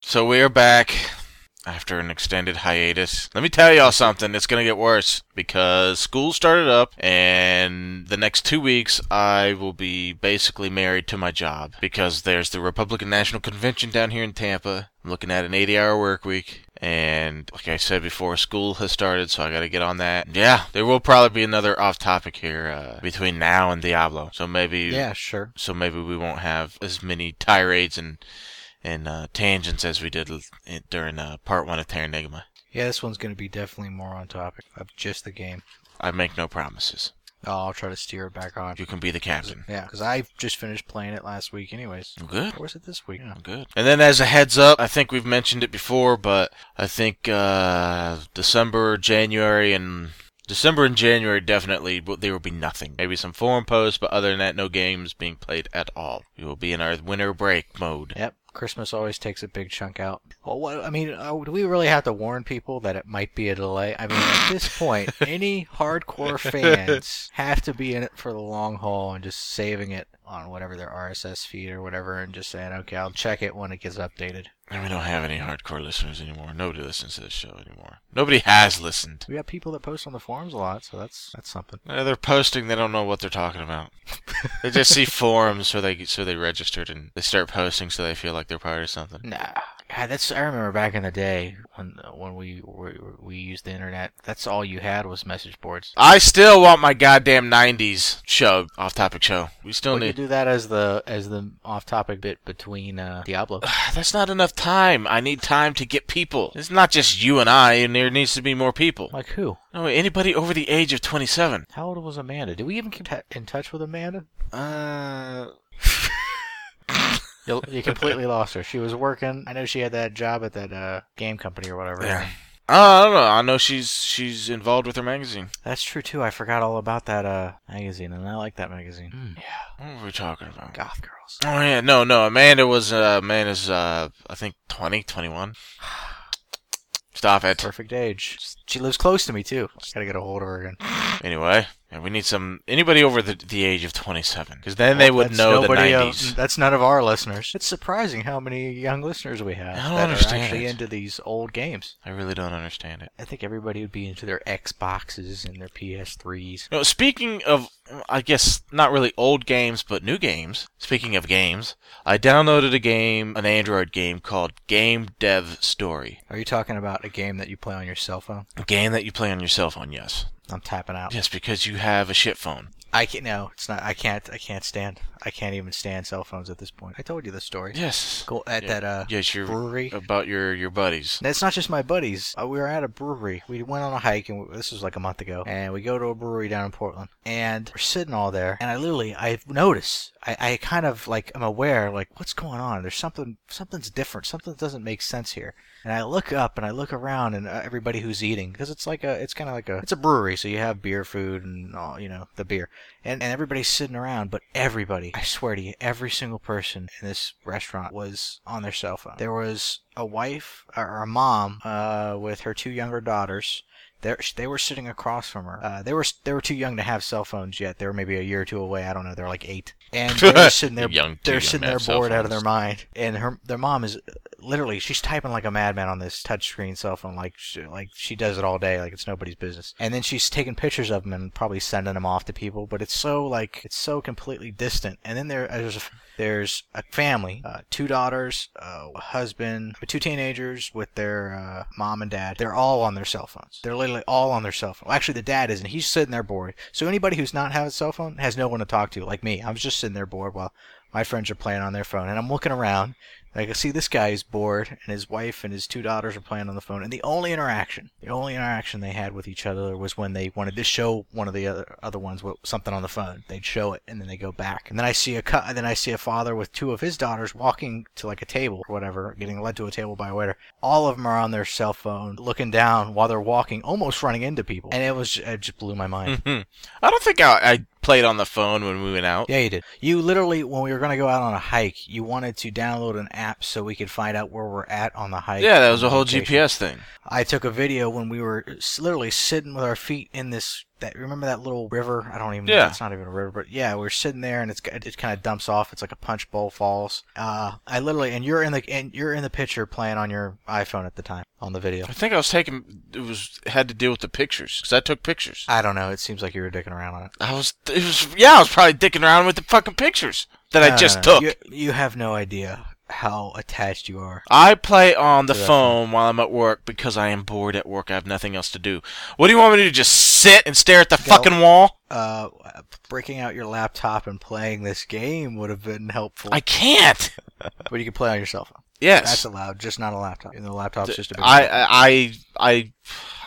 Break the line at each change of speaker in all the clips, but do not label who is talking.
So we're back after an extended hiatus. Let me tell y'all something. It's going to get worse because school started up, and the next two weeks I will be basically married to my job because there's the Republican National Convention down here in Tampa. I'm looking at an 80 hour work week. And like I said before, school has started, so I gotta get on that. Yeah, there will probably be another off topic here uh, between now and Diablo. So maybe
Yeah, sure.
so maybe we won't have as many tirades and and uh, tangents as we did l- in- during uh, part one of Terranigma.
Yeah, this one's going to be definitely more on topic of just the game. Oh,
I make no promises.
I'll try to steer it back on.
You can be the captain.
Yeah, because I just finished playing it last week, anyways.
I'm good.
Or was it this week? Yeah.
I'm good. And then as a heads up, I think we've mentioned it before, but I think uh, December, January, and December and January definitely w- there will be nothing. Maybe some forum posts, but other than that, no games being played at all. We will be in our winter break mode.
Yep. Christmas always takes a big chunk out. Well, what, I mean, uh, do we really have to warn people that it might be a delay? I mean, at this point, any hardcore fans have to be in it for the long haul and just saving it on whatever their RSS feed or whatever and just saying, okay, I'll check it when it gets updated.
And we don't have any hardcore listeners anymore. Nobody listens to this show anymore. Nobody has listened.
We got people that post on the forums a lot, so that's that's something.
Uh, they're posting. They don't know what they're talking about. they just see forums, so they so they registered and they start posting, so they feel like they're part of something.
Nah, God, that's I remember back in the day when when we we, we used the internet. That's all you had was message boards.
I still want my goddamn '90s show, off-topic show. We still
We could
need.
do that as the as the off-topic bit between uh, Diablo.
That's not enough time. I need time to get people. It's not just you and I, and there needs to be more people.
Like who?
No, anybody over the age of 27.
How old was Amanda? Did we even keep t- in touch with Amanda?
Uh,
You, you completely lost her. She was working. I know she had that job at that uh, game company or whatever.
yeah. Oh, I don't know. I know she's she's involved with her magazine.
That's true too. I forgot all about that uh, magazine, and I like that magazine.
Hmm.
Yeah,
What were we talking about?
goth girls.
Oh yeah, no, no. Amanda was uh, Amanda's uh, I think 20, 21. Stop it.
Perfect age. She lives close to me too. I gotta get a hold of her again.
Anyway, and we need some anybody over the, the age of twenty seven, because then they would
Oh, That's
know the
nobody of-
nineties.
that's none of our listeners. It's surprising how many young listeners we have
I don't
that
understand
are actually
it.
into these old games.
I really don't understand it.
I think everybody would be into their Xboxes and their PS3s.
No, speaking of, I guess not really old games, but new games. Speaking of games, I downloaded a game, an Android game called Game Dev Story,
Are you talking about a game that you play on your cell phone?
a game that you play on your cell phone. Yes,
I'm tapping out.
yes, because you have a shit phone.
I can't. No, it's not. I can't. I can't stand. I can't even stand cell phones at this point. I told you the story.
Yes,
Go at
Yeah.
that uh
yes, you're
brewery.
about your your buddies.
And It's not just my buddies. Uh, we were at a brewery. We went on a hike, and we, this was like a month ago. And we go to a brewery down in Portland, and we're sitting all there. And I literally, I notice, I, I kind of like, I'm aware, like, what's going on? There's something, something's different. Something doesn't make sense here. And I look up and I look around, and uh, everybody who's eating, because it's like a, it's kind of like a, it's a brewery, so you have beer, food, and all, you know, the beer, and and everybody's sitting around. But everybody, I swear to you, every single person in this restaurant was on their cell phone. There was a wife or a mom uh, with her two younger daughters. They're, they were sitting across from her. Uh, they were they were too young to have cell phones yet. They were maybe a year or two away. I don't know. They're like eight, and they were sitting there.
Young- too
they're
young
sitting
to
there
have cell
bored out of their
phones.
mind. And her their mom is uh, literally she's typing like a madman on this touchscreen cell phone. Like she, like she does it all day. Like it's nobody's business. And then she's taking pictures of them and probably sending them off to people. But it's so like it's so completely distant. And then there there's a, there's a family, uh, two daughters, uh, a husband, two teenagers with their uh, mom and dad. They're all on their cell phones. They're literally all on their cell phone. Well, actually, the dad isn't. He's sitting there bored. So anybody who's not having a cell phone has no one to talk to, like me. I was just sitting there bored while my friends are playing on their phone, and I'm looking around. and I can see this guy is bored, and his wife and his two daughters are playing on the phone. And the only interaction, the only interaction they had with each other was when they wanted to show one of the other other ones what, something on the phone. They'd show it, and then they go back. And then I see a cu- then I see a father with two of his daughters walking to like a table or whatever, getting led to a table by a waiter. All of them are on their cell phone, looking down while they're walking, almost running into people. And it was it just blew my mind.
Hmm. I don't think I, I played on the phone when we went out.
Yeah, you did. You literally, when we were going to go out on a hike, you wanted to download an app so we could find out where we're at on the hike.
Yeah, that was
and
a whole
location.
GPS thing.
I took a video when we were s- literally sitting with our feet in this that remember that little river? I don't even.
Yeah.
It's not even a river, but yeah, we're sitting there and it's it kind of dumps off. It's like a punch bowl falls. Uh, I literally and you're in the and you're in the picture playing on your iPhone at the time on the video.
I think I was taking it was had to deal with the pictures because I took pictures.
I don't know. It seems like you were dicking around on it.
I was it was yeah I was probably dicking around with the fucking pictures that I
No,
just
no, no.
took.
You, you have no idea how attached you are.
I play on the
Yeah.
phone while I'm at work because I am bored at work. I have nothing else to do. What do you want me to do? Just sit and stare at the
Go.
fucking wall?
Uh, breaking out your laptop and playing this game would have been helpful.
I can't.
but you could play on your cell phone. That's
Yes.
allowed, just not a laptop. And the laptop's just a big
I I I I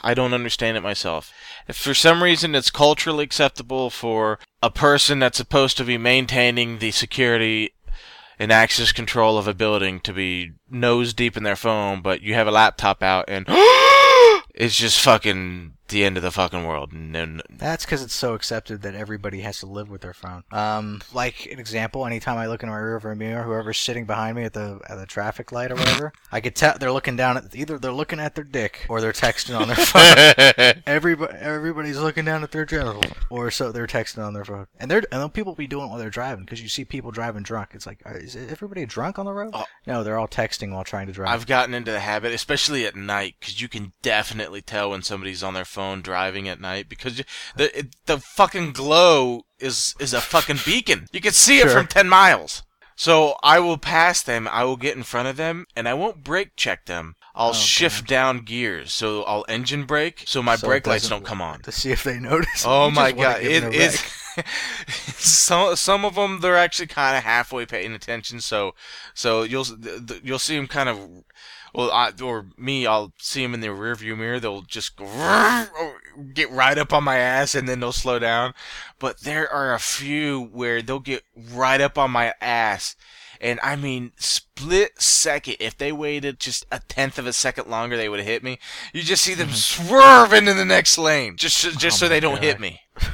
I don't understand it myself. If for some reason it's culturally acceptable for a person that's supposed to be maintaining the security and access control of a building to be nose deep in their phone, but you have a laptop out and it's just fucking the end of the fucking world. No, no,
That's because it's so accepted that everybody has to live with their phone. Um, like an example, anytime I look in my rearview mirror, whoever's sitting behind me at the at the traffic light or whatever, I could tell they're looking down at either they're looking at their dick or they're texting on their phone. Everybody, everybody's looking down at their genitals, or so they're texting on their phone, and they're and then people be doing it while they're driving because you see people driving drunk. It's like, are- is everybody drunk on the road?
Oh.
No, they're all texting while trying to drive.
I've gotten into the habit, especially at night, because you can definitely tell when somebody's on their phone driving at night because you, the it, the fucking glow is is a fucking beacon. You can see it
Sure.
from ten miles. So I will pass them. I will get in front of them, and I won't brake check them. I'll
Oh,
shift down gears, so I'll engine brake, so my
So it
brake lights
doesn't
don't come on.
to see if they notice.
Oh
You
my
just wanna
god,
give
it
them a
is.
wreck.
some some of them they're actually kind of halfway paying attention, so so you'll s- th- th- you'll see them kind of. Well, I, or me, I'll see them in the rearview mirror. They'll just go, or get right up on my ass, and then they'll slow down. But there are a few where they'll get right up on my ass, and I mean, split second. If they waited just a tenth of a second longer, they would have hit me. You just see them swerve into the next lane, just just so
Mm-hmm. Oh my
they don't hit
God.
me.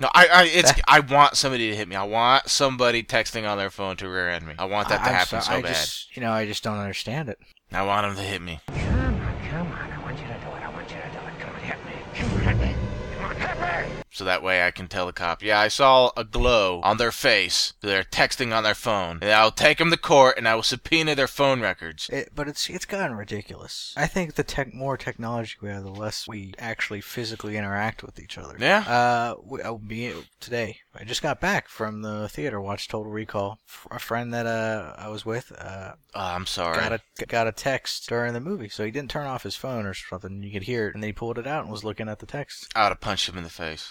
No, I, I, it's, I want somebody to hit me. I want somebody texting on their phone to rear end me. I want that to
I'm
happen so,
I
bad.
Just, you know, I just don't understand it.
I want them to hit me.
Come on, come on. I want you to do it. I want you to do it. Come on, hit me. Come on, hit me. Come on, hit me.
So that way I can tell the cop, yeah, I saw a glow on their face. They're texting on their phone. And I'll take them to court and I will subpoena their phone records.
it but it's it's gotten ridiculous. I think the tech more technology we have, the less we actually physically interact with each other.
Yeah.
Uh, we, oh, me today. I just got back from the theater. Watched Total Recall. F- A friend that uh I was with uh
Oh, I'm sorry.
got a got a text during the movie, so he didn't turn off his phone or something. You could hear it, and then he pulled it out and was looking at the text.
I would have punched him in the face.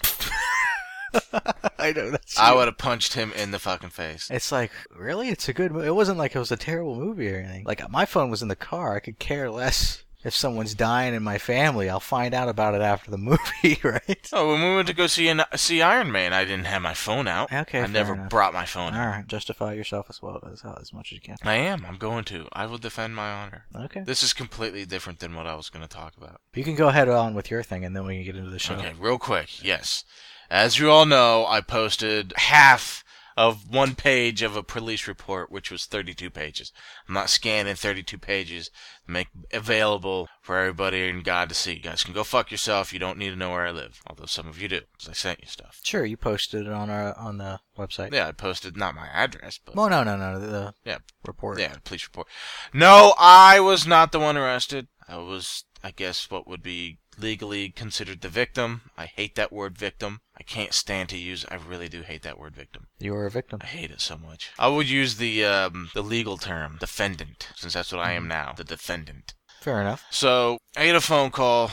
I know that's.
I would have punched him in the fucking face.
It's like, really? It's a good movie. It wasn't like it was a terrible movie or anything. Like, my phone was in the car. I could care less if someone's dying in my family. I'll find out about it after the movie, right?
Oh, when we went to go see an, see Iron Man, I didn't have my phone out.
Okay,
I
fair
never
enough.
brought my phone.
All
out.
right. Justify yourself as well as, uh, as much as you can.
I am. I'm going to. I will defend my honor.
Okay.
This is completely different than what I was going to talk about.
You can go ahead on with your thing, and then we can get into the show.
Okay, real quick. Yes. As you all know, I posted half of one page of a police report, which was 32 pages. I'm not scanning 32 pages to make available for everybody and God to see. You guys can go fuck yourself. You don't need to know where I live, although some of you do, 'cause I sent you stuff.
Sure, you posted it on our on the website.
Yeah, I posted not my address, but
Well, no, no, no, the
yeah,
report.
yeah, police report. No, I was not the one arrested. I was, I guess, what would be legally considered the victim. I hate that word victim. I can't stand to use. I really do hate that word victim.
You were a victim.
I hate it so much. I would use the um, the legal term defendant, since that's what I am now, the defendant.
Fair enough.
So I get a phone call,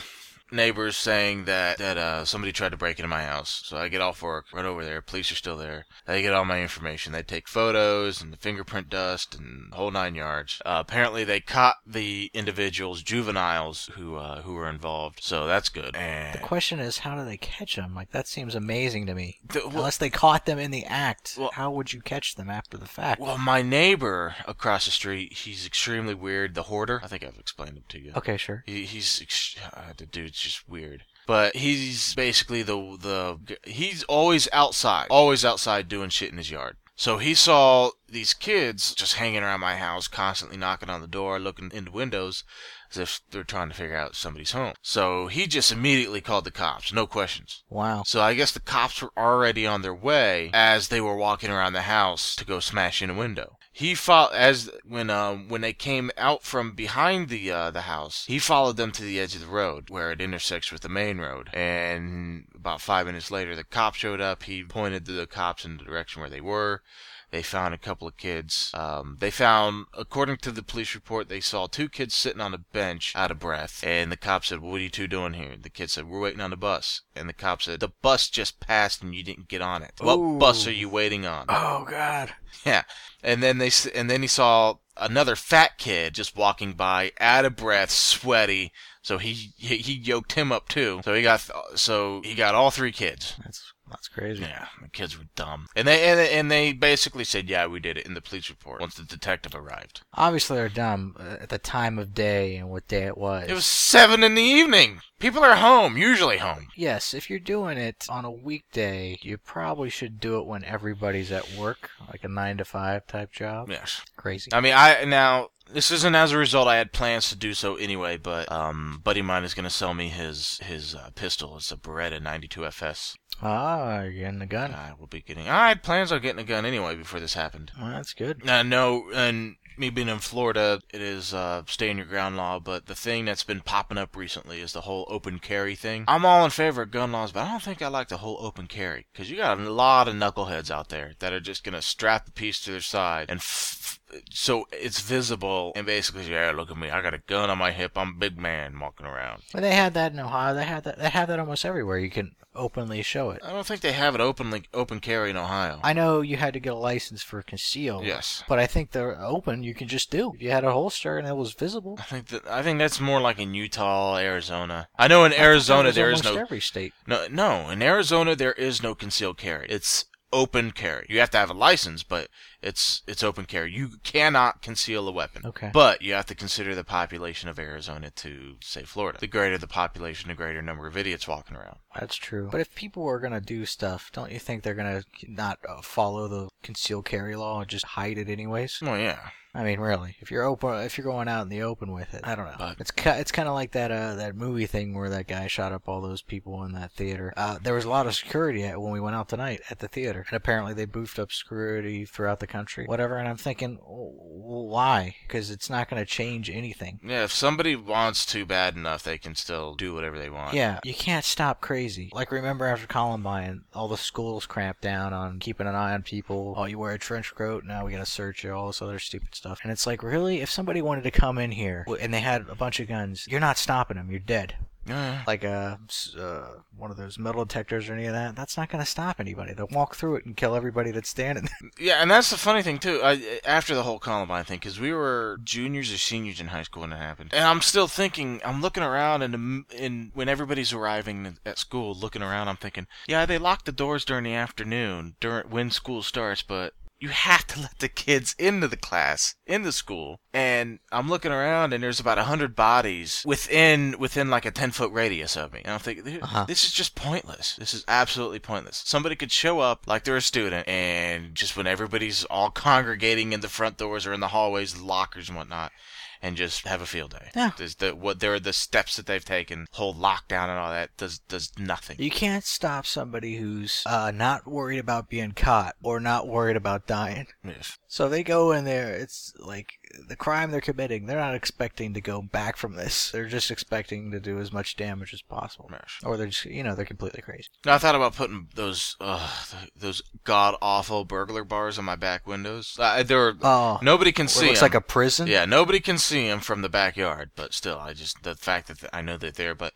neighbors saying that that uh, somebody tried to break into my house. So I get off work, run over there. Police are still there. They get all my information. They take photos and the fingerprint dust and the whole nine yards. Uh, apparently, they caught the individuals, juveniles who uh, who were involved. So that's good. And
The question is, how do they catch them? Like that seems amazing to me.
The- well-
Unless they caught them in the act,
Well-
how would you catch them after the fact?
well, my neighbor across the street, he's extremely weird. The hoarder. I think I've explained him to you.
okay, sure.
He, he's ex- uh, the dude's just weird. But he's basically the the he's always outside, always outside doing shit in his yard. So he saw these kids just hanging around my house, constantly knocking on the door, looking into windows as if they're trying to figure out somebody's home. So he just immediately called the cops, no questions.
Wow.
So I guess the cops were already on their way as they were walking around the house to go smash in a window. He followed as when um when they came out from behind the uh, the house. He followed them to the edge of the road where it intersects with the main road. And about five minutes later, the cops showed up. He pointed to the cops in the direction where they were. They found a couple of kids. Um, they found, according to the police report, they saw two kids sitting on a bench out of breath. And the cop said, What are you two doing here? The kid said, We're waiting on the bus. And the cop said, The bus just passed and you didn't get on it. What
Ooh.
bus are you waiting on?
Oh God.
Yeah. And then they s- and then he saw another fat kid just walking by, out of breath, sweaty. So he he, he yoked him up too. So he got th- so he got all three kids.
That's that's crazy.
Yeah, the kids were dumb, and they and, and they basically said, "Yeah, we did it" in the police report. Once the detective arrived,
Obviously, they're dumb uh, at the time of day and what day it was.
it was seven in the evening. People are home, usually home.
Yes, if you're doing it on a weekday, you probably should do it when everybody's at work, like a nine to five type job.
Yes,
Crazy.
I mean, I now this isn't as a result. I had plans to do so anyway, but um, buddy of mine is gonna sell me his his uh, pistol. It's a Beretta 92 FS.
Ah, you're getting the gun.
I will be getting. I had plans on getting a gun anyway before this happened.
Well, that's good.
I know, and me being Uh, in Florida, it is uh, stay in your ground law. But the thing that's been popping up recently is the whole open carry thing. I'm all in favor of gun laws, but I don't think I like the whole open carry because you got a lot of knuckleheads out there that are just gonna strap a piece to their side and. F- f- so it's visible and basically, yeah, look at me. I got a gun on my hip. I'm a big man walking around.
Well, they had that in Ohio. They had that. They have that almost everywhere. You can openly show it.
I don't think they have it openly open carry in Ohio.
I know you had to get a license for concealed.
yes.
But I think they're open. You can just do. If you had a holster and it was visible.
I think that I think that's more like in Utah, Arizona. I know in Arizona
That was
there is
almost
no
every state.
No, no. In Arizona, there is no concealed carry. It's open carry. You have to have a license, but it's it's open carry. You cannot conceal a weapon.
Okay.
But you have to consider the population of Arizona to say Florida. The greater the population, the greater number of idiots walking around.
That's true. But if people are gonna do stuff, don't you think they're gonna not uh, follow the concealed carry law and just hide it anyways?
Well, yeah.
I mean, really, if you're open, if you're going out in the open with it, I don't know.
But-
it's ki- it's kind of like that uh, that movie thing where that guy shot up all those people in that theater. Uh, there was a lot of security at, when we went out tonight at the theater, and apparently they boofed up security throughout the country, whatever. And I'm thinking, w- why? Because it's not going to change anything.
Yeah, if somebody wants to bad enough, they can still do whatever they want.
Yeah, you can't stop crazy. Like remember after Columbine, all the schools cramped down on keeping an eye on people. Oh, you wear a trench coat, now we gotta search you, all this other stupid stuff. And it's like, really, if somebody wanted to come in here w- and they had a bunch of guns, you're not stopping them. You're dead.
Yeah.
Like a s- uh, one of those metal detectors or any of that. That's not gonna stop anybody. They'll walk through it and kill everybody that's standing there.
Yeah, and that's the funny thing too. I, after the whole Columbine thing, because we were juniors or seniors in high school when it happened, and I'm still thinking. I'm looking around, and um, and when everybody's arriving at school, looking around, I'm thinking, yeah, they lock the doors during the afternoon, during when school starts, but you have to let the kids into the class, into school. And I'm looking around, and there's about a hundred bodies within within like a ten foot radius of me. And I'm thinking, "Dude,
Uh-huh.
this is just pointless. This is absolutely pointless. Somebody could show up like they're a student, and just when everybody's all congregating in the front doors or in the hallways, the lockers and whatnot. And just have a field day.
Yeah.
There's the, what there are the steps that they've taken, whole lockdown and all that does does nothing.
You can't stop somebody who's uh, not worried about being caught or not worried about dying.
Yes.
So they go in there. It's like the crime they're committing. They're not expecting to go back from this. They're just expecting to do as much damage as possible.
Yes.
Or they're just, you know, they're completely crazy.
Now, I thought about putting those uh, th- those god awful burglar bars on my back windows. Uh, there, are,
Oh,
nobody can
it
see.
looks
'em.
like a prison.
yeah, nobody can see them from the backyard. But still, I just the fact that th- I know they're there. But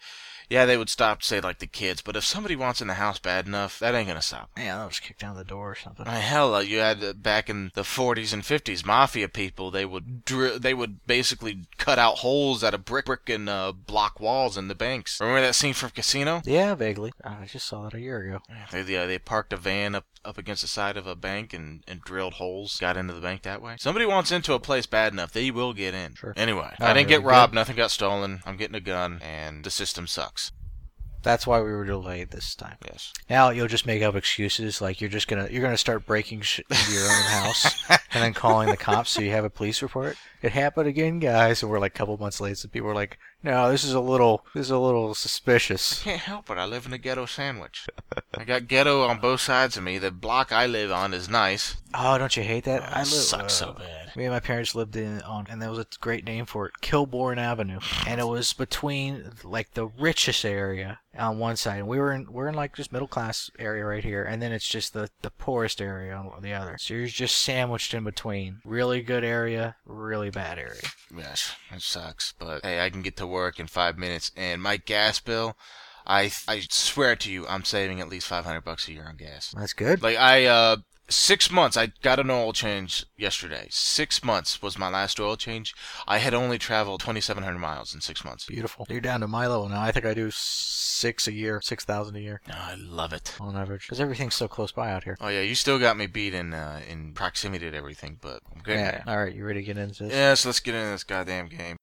yeah, they would stop, say like the kids. But if somebody wants in the house bad enough, that ain't gonna stop. 'em.
Yeah, they'll just kick down the door or something.
I mean, hell, uh, you had uh, back in the 40s and 50s mafia people. They would dri- they would basically cut out holes out of brick brick and uh, block walls in the banks. Remember that scene from Casino?
Yeah, vaguely. I just saw that a year ago.
They they, uh, they parked a van up up against the side of a bank and, and drilled holes. Got into the bank that way. Somebody wants into a place bad enough, they will get in.
Sure.
Anyway,
Oh,
I didn't
here
get
we go.
robbed. Nothing got stolen. I'm getting a gun, and the system sucks.
That's why we were delayed this time.
Yes.
Now you'll just make up excuses like you're just gonna you're gonna start breaking shit into your own house and then calling the cops so you have a police report. It happened again, guys, and we're like a couple months later, and people were like, "No, this is a little, this is a little suspicious."
Can't help it. I live in a ghetto sandwich. I got ghetto on both sides of me. The block I live on is nice.
Oh, don't you hate that? I
It
live-
sucks
uh,
so bad.
Me and my parents lived in on, and there was a great name for it, Kilbourne Avenue, and it was between like the richest area on one side, and we were in we're in like this middle class area right here, and then it's just the the poorest area on the other. So you're just sandwiched in between, really good area, really bad area.
Yes, it sucks. But hey, I can get to work in five minutes, and my gas bill. I I swear to you, I'm saving at least 500 bucks a year on gas.
That's good.
Like I uh six months I got an oil change yesterday. Six months was my last oil change. I had only traveled twenty seven hundred miles in six months.
Beautiful. You're down to my level now. I think I do six a year, six thousand a year
I love it.
on average, because everything's so close by out here.
Oh yeah, you still got me beat in uh, in proximity to everything, but I'm getting
Yeah. All right, you ready to get into this?
there. Yeah, so let's get into this goddamn game.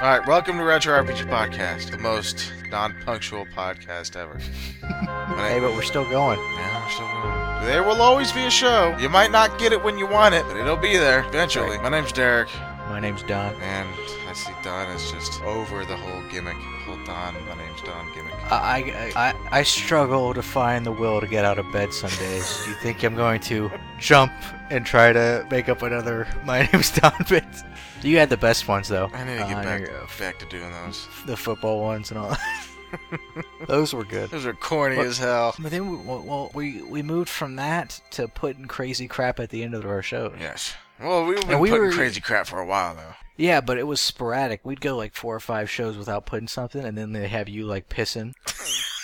All right, welcome to Retro RPG Podcast, the most non-punctual podcast ever. My
Hey,
name-
but we're still going.
Yeah, we're still going. There will always be a show. You might not get it when you want it, but it'll be there eventually. My name's Derek.
My name's Don.
And I see Don is just over the whole gimmick. Hold Don, my name's Don gimmick.
I, I, I- I struggle to find the will to get out of bed some days. Do you think I'm going to jump and try to make up another My Name's Don bit? You had the best ones, though.
I need to get
Uh,
back,
your, uh, f-
back to doing those.
the football ones and all that. Those were good.
Those are corny
What-
as hell.
But then we, well, well, we, we moved from that to putting crazy crap at the end of our shows.
Yes. Well, we've been
And we
putting
were-
crazy crap for a while, though.
Yeah, but it was sporadic. We'd go like four or five shows without putting something, and then they have you like pissing,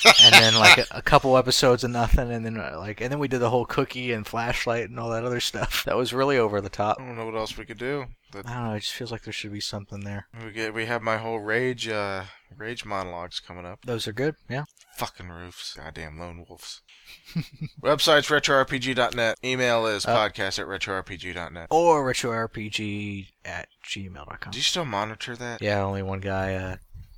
and then like a, a couple episodes of nothing, and then uh, like and then we did the whole cookie and flashlight and all that other stuff. That was really over the top.
I don't know what else we could do. But
I don't know. It just feels like there should be something there.
we get we have my whole rage uh rage monologues coming up.
Those are good. Yeah.
Fucking roofs. Goddamn lone wolves. Website's retrorpg.net. Email is
Uh,
podcast at retrorpg.net.
Or retroRPG at gmail.com.
Do you still monitor that?
Yeah, only one guy uh,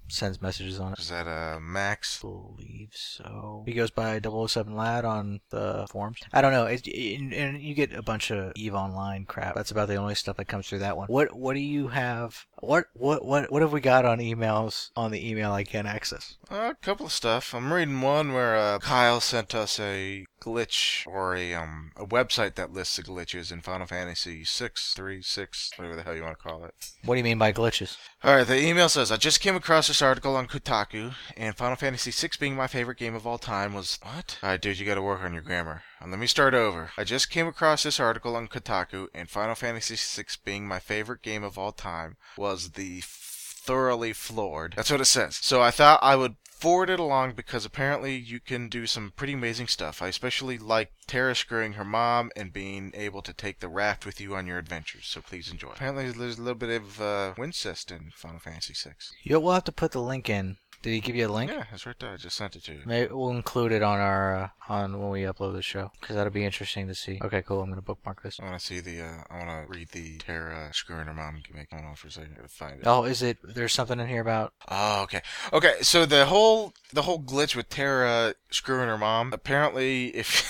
sends messages on it.
Is that uh Max?
believe so. He goes by 007 Lad on the forums. I don't know. It, and, and you get a bunch of Eve Online crap. That's about the only stuff that comes through that one. What What do you have? What What What What have we got on emails on the email I can't access?
Uh, a couple of stuff. I'm reading one where uh, Kyle sent us a glitch or a um a website that lists the glitches in Final Fantasy six three six whatever the hell you want to call it.
What do you mean by glitches?
All right, the email says I just came across this article on Kotaku, and Final Fantasy VI being my favorite game of all time was what? All right, dude, you got to work on your grammar. Uh, Let me start over. I just came across this article on Kotaku, and Final Fantasy VI being my favorite game of all time was the thoroughly floored. That's what it says. So I thought I would forward it along because apparently you can do some pretty amazing stuff. I especially like Tara screwing her mom and being able to take the raft with you on your adventures. So please enjoy. Apparently there's a little bit of uh, Wincest in Final Fantasy VI.
You'll, we'll have to put the link in. Did he give you a link?
Yeah, that's right there. I just sent it to you.
Maybe we'll include it on our uh, on when we upload the show because that'll be interesting to see. Okay, cool. I'm gonna bookmark this.
I want to see the. Uh, I want to read the Tara screwing her mom gimmick. Hold on for a second. I gotta find it.
Oh, is it? There's something in here about
Oh, okay. Okay, so the whole the whole glitch with Tara screwing her mom. Apparently, if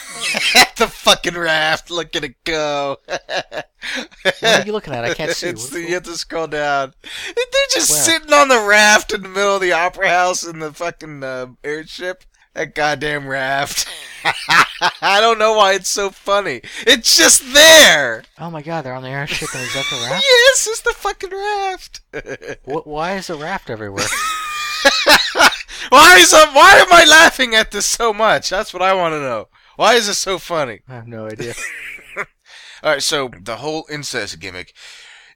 the fucking raft, look at it go.
what are you looking at? I can't see.
It's
What-
the, you have to scroll down. They're just
Where?
sitting on the raft in the middle of the opera house in the fucking uh, airship. That goddamn raft. I don't know why it's so funny. It's just there.
oh my God! They're on the airship and is that the raft?
Yes, it's the fucking raft.
What, why is a raft everywhere?
why is um, why am I laughing at this so much? That's what I want to know. Why is this so funny?
I have no idea.
All right, so the whole incest gimmick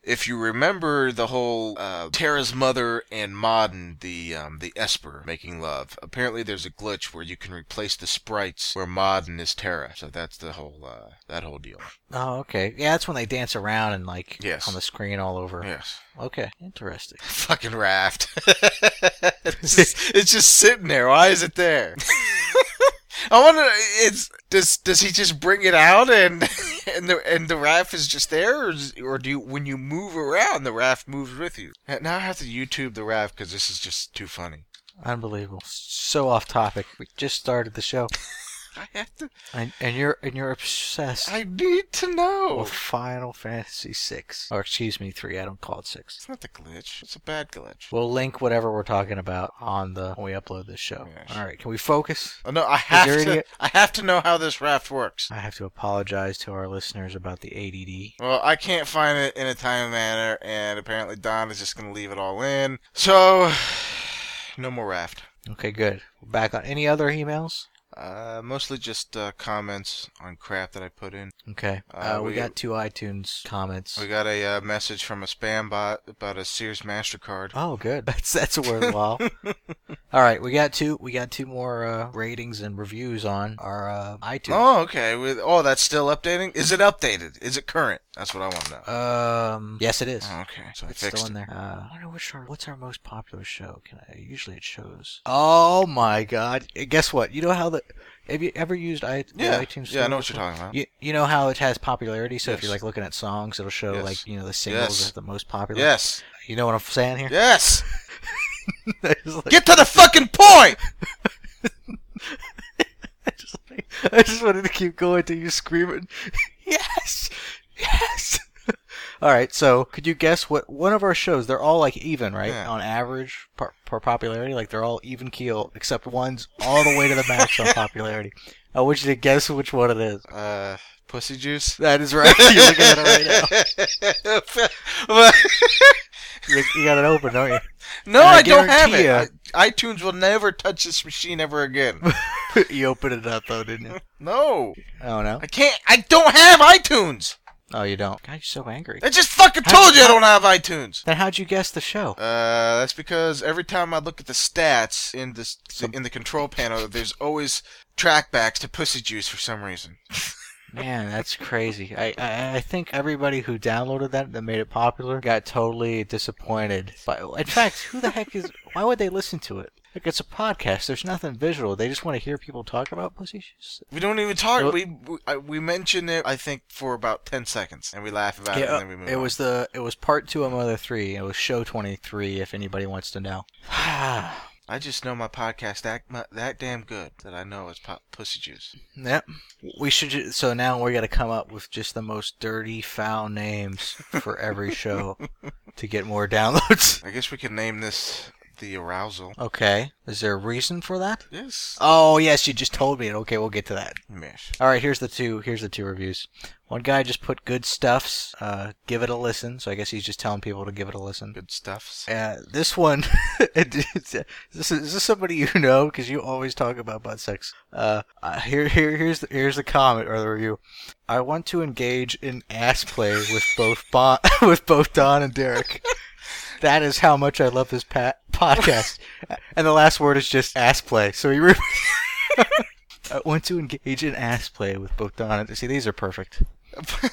if you remember the whole uh, Terra's mother and Modern, the um, the Esper making love. Apparently, there's a glitch where you can replace the sprites where Modern is Terra. So that's the whole uh, that whole deal.
Oh, okay. Yeah, that's when they dance around and like
Yes.
on the screen all over.
Yes.
Okay, interesting.
Fucking raft. it's, just, it's just sitting there. Why is it there? I wonder. It's does does he just bring it out and and the and the raft is just there, or, is, or do you, when you move around, the raft moves with you? Now I have to YouTube the raft because this is just too funny.
Unbelievable. So off topic. We just started the show,
I have to.
and, and you're and you're obsessed
I need to know.
with Final Fantasy six, or excuse me, three. I don't call it six.
It's not the glitch. It's a bad glitch.
We'll link whatever we're talking about on the when we upload this show.
Yes.
All right, can we focus?
Oh, no, I have
there
to.
any-
I have to know how this raft works.
I have to apologize to our listeners about the ADD.
Well, I can't find it in a timely manner, and apparently Don is just gonna leave it all in. So, no more raft.
Okay, good. We're back on any other emails?
Uh, mostly just uh, comments on crap that I put in.
Okay. Uh,
Uh,
we,
we-
got two iTunes comments.
We got a uh, message from a spam bot about a Sears Mastercard.
Oh, good. That's that's worthwhile. All right, we got two. We got two more uh, ratings and reviews on our uh, iTunes.
Oh, okay. With oh, that's still updating. Is it updated? Is it current? That's what I want to know.
Um, yes, it is.
Oh, okay, Uh, so
It's
I fixed
still in
it.
there. Uh, I wonder which our, what's our most popular show. Can I? Usually it shows. Oh my God! Uh, Guess what? You know how the have you ever used i the
Yeah,
iTunes?
yeah, I
store
know what you're
before?
talking about.
You, you know how it has popularity, so if
Yes.
you're like looking at songs, it'll show
Yes.
like you know the singles
Yes.
that are the most popular.
Yes,
You know what I'm saying here?
yes.
I just like-
Get to the fucking point.
I just, I just wanted to keep going till you screaming, yes, yes. all right, so could you guess what one of our shows? They're all like even, right?
Yeah.
On average, per, per popularity, like they're all even keel, except one's all the way to the max on popularity. I want you to guess which one it is.
Uh, pussy juice.
That is right. You're looking at it right now. You, you got it open, don't you?
no,
And I
I, don't have
guarantee
it.
ya-
I, iTunes will never touch this machine ever again.
you opened it up though, didn't you?
no,
Oh no.
I can't. I don't have iTunes.
Oh, you don't. God, you're so angry.
I just fucking told you I don't have iTunes.
Then how'd you guess the show?
Uh, that's because every time I look at the stats in the in the control panel, there's always trackbacks to Pussy Juice for some reason.
Man, that's crazy. I, I I think everybody who downloaded that that made it popular got totally disappointed. But in fact, who the heck is? Why would they listen to it? Like it's a podcast. There's nothing visual. They just want to hear people talk about pussy. juice.
We don't even talk.
Well-
We we, I, we mention it, I think, for about ten seconds, and we laugh about it, and then we move
Uh, it
on.
was the it was part two of Mother Three. It was show twenty three. If anybody wants to know,
I just know my podcast that mu that damn good that I know it's pop, pussy juice.
yep. We should. ju- So now we got to come up with just the most dirty, foul names for every show to get more downloads.
I guess we can name this the arousal.
Okay. Is there a reason for that?
Yes.
Oh yes, you just told me it. Okay, we'll get to that.
Mesh.
All right, here's the two. Here's the two reviews. One guy just put good stuffs. Uh, give it a listen. So I guess he's just telling people to give it a listen.
Good stuffs.
Uh, this one, it- it's- uh, this is, is this somebody you know? Because you always talk about butt sex. Uh, uh, here, here, here's the here's the comment or the review. I want to engage in ass play with both bon- with both Don and Derek. That is how much I love this pa- podcast. and the last word is just ass play. So you. Re- I want to engage in ass play with both Don and see these are perfect.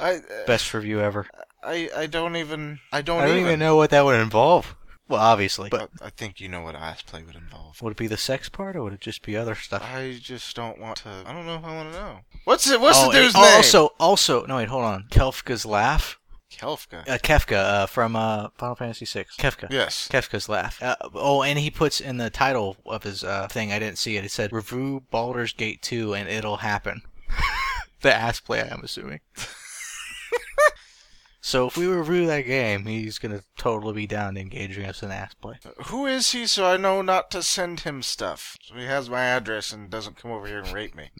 I, uh,
Best review ever.
I I don't even I don't,
I don't even know what that would involve. Well, obviously, but
But I think you know what ass play would involve.
Would it be the sex part, or would it just be other stuff?
I just don't want to. I don't know if I want to know. What's it? What's the dude's
and
name?
Oh, also, also, no, wait, hold on. Kefka's laugh.
Kelfka.
Uh, Kefka uh, from uh, Final Fantasy VI. Kefka.
yes.
Kefka's laugh. Uh, oh, and he puts in the title of his uh, thing. I didn't see it. It said "Review Baldur's Gate 2, and it'll happen." the ass play, I'm assuming. so if we review that game, he's gonna totally be down to engaging us in ass play.
Who is he? So I know not to send him stuff. So he has my address and doesn't come over here and rape me.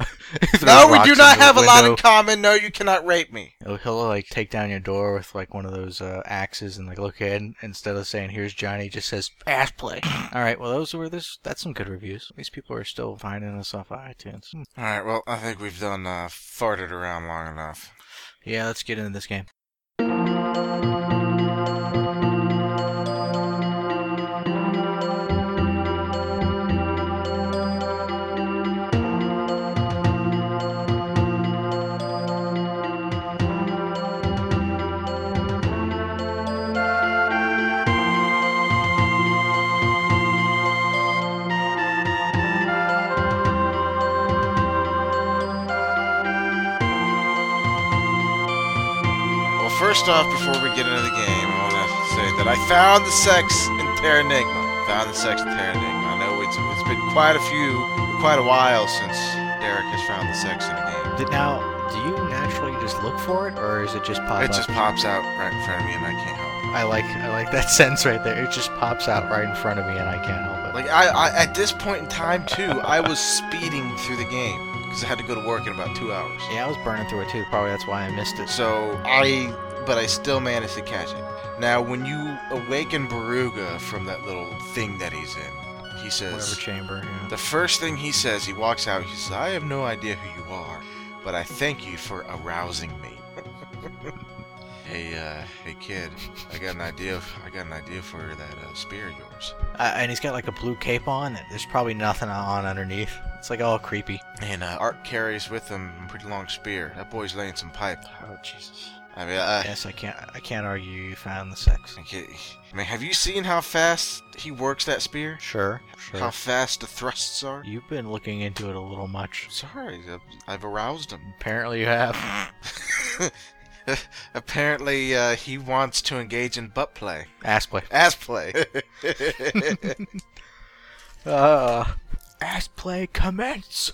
No, we do not have a lot in common. No, you cannot rape me.
He'll, he'll like take down your door with like one of those uh, axes and like look in instead of saying "Here's Johnny," just says "Ass play." All right, well those were this. That's some good reviews. These people are still finding us off iTunes. Hmm.
All right. Well, I think we've done uh, farted around long enough.
Yeah, let's get into this game.
Well, first off, before we get into the game, I want to say that I found the sex in Terra Nigma. Found the sex in Terra Nigma. I know it's, it's been quite a few, quite a while since Derek has found the sex in a game.
Did, now, do you naturally just look for it, or is it just pop
It
up?
just pops out right in front of me, and I can't help
I like I like that sense right there. It just pops out right in front of me, and I can't help
it.
it.
Like I, I at this point in time too, I was speeding through the game because I had to go to work in about two hours.
yeah, I was burning through it too. Probably that's why I missed it.
So I, but I still managed to catch it. Now, when you awaken Baruga from that little thing that he's in, he
Whatever
says,
chamber. Yeah.
The first thing he says, he walks out, he says, I have no idea who you are, but I thank you for arousing me. hey, uh, hey kid, I got an idea, I got an idea for that uh, spear of yours.
Uh, and he's got like a blue cape on. and There's probably nothing on underneath. It's like all creepy.
And uh, Art carries with him a pretty long spear. That boy's laying some pipe.
Oh Jesus.
I mean, uh, I,
Yes, I can't. I can't argue. You found the sex.
I can't- I mean, have you seen how fast he works that spear?
Sure.
How fast the thrusts are?
You've been looking into it a little much.
Sorry, I've- I've aroused him.
Apparently, you have.
Apparently, uh, he wants to engage in butt play.
Ass play.
Ass play.
Uh, ass play commence.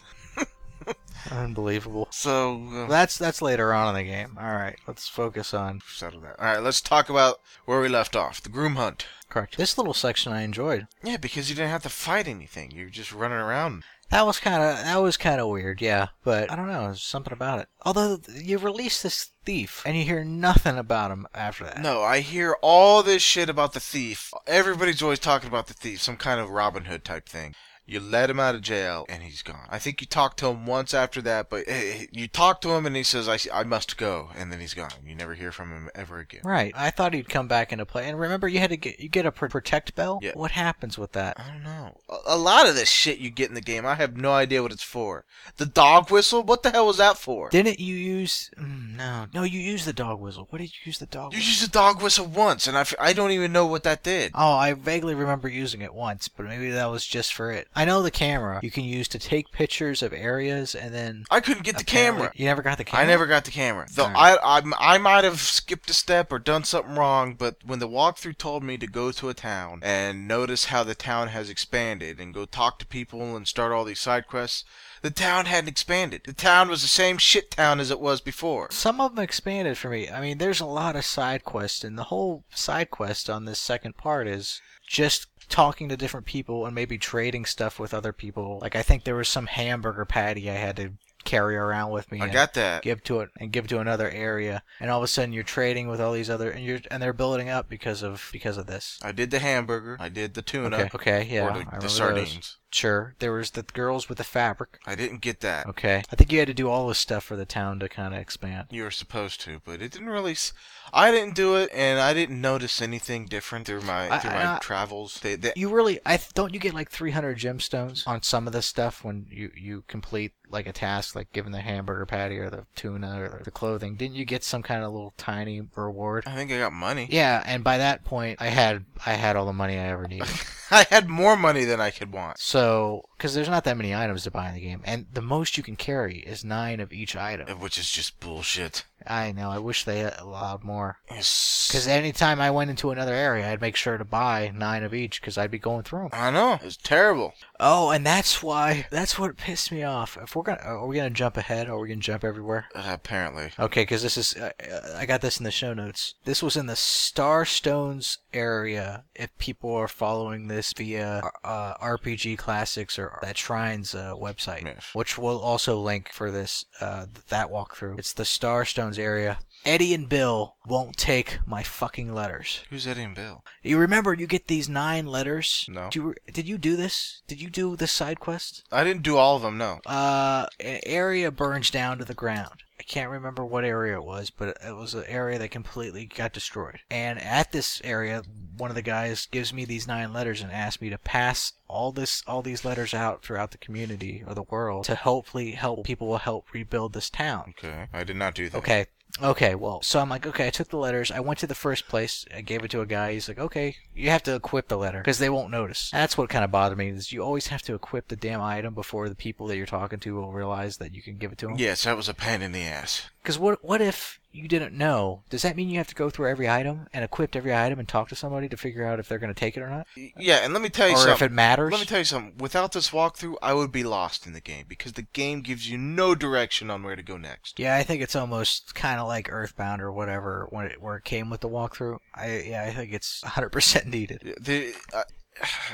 Unbelievable.
so, uh,
That's that's later on in the game. All right, let's focus on
settle that. All right, let's talk about where we left off the groom hunt.
correct. This little section I enjoyed.
Yeah, because you didn't have to fight anything. You're just running around.
That was kind of that was kind of weird, yeah. But I don't know, there's something about it. Although you release this thief and you hear nothing about him after that.
No, I hear all this shit about the thief. Everybody's always talking about the thief, some kind of Robin Hood type thing. You let him out of jail, and he's gone. I think you talked to him once after that, but eh, you talk to him, and he says, I, I must go, and then he's gone. You never hear from him ever again.
Right. I thought he'd come back into play. And remember, you had to get you get a pr- protect bell.
Yeah.
What happens with that?
I don't know. A, a lot of this shit you get in the game, I have no idea what it's for. The dog whistle? What the hell was that for?
Didn't you use? Mm, no, no, you used the dog whistle. What did you use the dog?
You
whistle?
used a dog whistle once, and I, f- I don't even know what that did.
Oh, I vaguely remember using it once, but maybe that was just for it. I know the camera you can use to take pictures of areas, and then
I couldn't get the
apparently-
camera.
You never got the camera.
I never got the camera. Though
Alright.
I, I I might have skipped a step or done something wrong, but when the walkthrough told me to go to a town and notice how the town has expanded and go talk to people and start all these side quests, the town hadn't expanded. The town was the same shit town as it was before.
Some of them expanded for me. I mean, there's a lot of side quests, and the whole side quest on this second part is just talking to different people and maybe trading stuff with other people. Like I think there was some hamburger patty I had to carry around with me.
I
and-
got that.
give to it and give to another area and all of a sudden you're trading with all these other and you're and they're building up because of because of this
I did the hamburger. I did the tuna.
okay okay yeah I
Or the,
remember
the
those.
sardines.
sure there was the girls with the fabric
I didn't get that.
okay i think you had to do all this stuff for the town to kind of expand
You were supposed to, but it didn't really. S- I didn't do it, and I didn't notice anything different through my
I-
through
I-
my
I-
travels. They, they,
you really i th- don't you get like 300 gemstones on some of this stuff when you you complete like a task like giving the hamburger patty or the tuna or the clothing didn't you get some kind of little tiny reward
I think I got money.
yeah and by that point i had i had all the money i ever needed
I had more money than I could want.
So, because there's not that many items to buy in the game, and the most you can carry is nine of each item.
Which is just bullshit.
I know. I wish they allowed more.
It's-
Because anytime I went into another area, I'd make sure to buy nine of each because I'd be going through them.
I know it's terrible.
Oh, and that's why. That's what pissed me off. If we're gonna, are we gonna jump ahead? Or are we gonna jump everywhere?
Uh, apparently,
Okay, because this is. Uh, uh, I got this in the show notes. This was in the Starstones area. If people are following this via uh, RPG Classics or that Shrine's uh, website,
Yes.
which we'll also link for this uh, that walkstory, it's the Starstones area. Eddie and Bill won't take my fucking letters.
Who's Eddie and Bill?
You remember you get these nine letters?
No.
Do you, did you do this? Did you do this side quest?
I didn't do all of them. No.
Uh, an area burns down to the ground. I can't remember what area it was, but it was an area that completely got destroyed. And at this area, one of the guys gives me these nine letters and asks me to pass all this, all these letters out throughout the community or the world to hopefully help people help rebuild this town.
Okay. I did not do that.
Okay. Okay, well, so I'm like, okay, I took the letters. I went to the first place. I gave it to a guy. He's like, okay, you have to equip the letter because they won't notice. That's what kind of bothered me is you always have to equip the damn item before the people that you're talking to will realize that you can give it to them.
Yes, that was a pain in the ass.
Because what what if you didn't know? Does that mean you have to go through every item and equip every item and talk to somebody to figure out if they're going to take it or not,
Y- Yeah, and let me tell you
or if
something.
it matters?
Let me tell you something. Without this walkthrough, I would be lost in the game because the game gives you no direction on where to go next.
Yeah, I think it's almost kind of like Earthbound or whatever when it where it came with the walkthrough. I yeah, I think it's 100% needed.
The uh,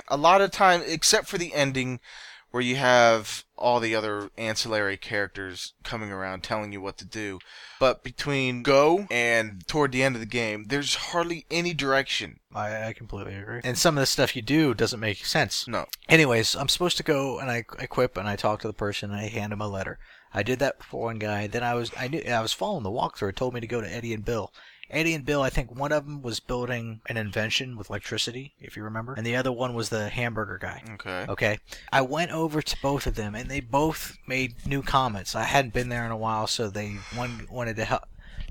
a lot of time, except for the ending, where you have all the other ancillary characters coming around telling you what to do, but between go and toward the end of the game, there's hardly any direction.
I, I completely agree. And some of the stuff you do doesn't make sense.
No.
Anyways, I'm supposed to go and I equip and I talk to the person and I hand him a letter. I did that for one guy. Then I was I knew I was following the walkthrough. It told me to go to Eddie and Bill. Eddie and Bill, I think one of them was building an invention with electricity, if you remember, and the other one was the hamburger guy.
Okay.
Okay. I went over to both of them, and they both made new comments. I hadn't been there in a while, so they one wanted to help,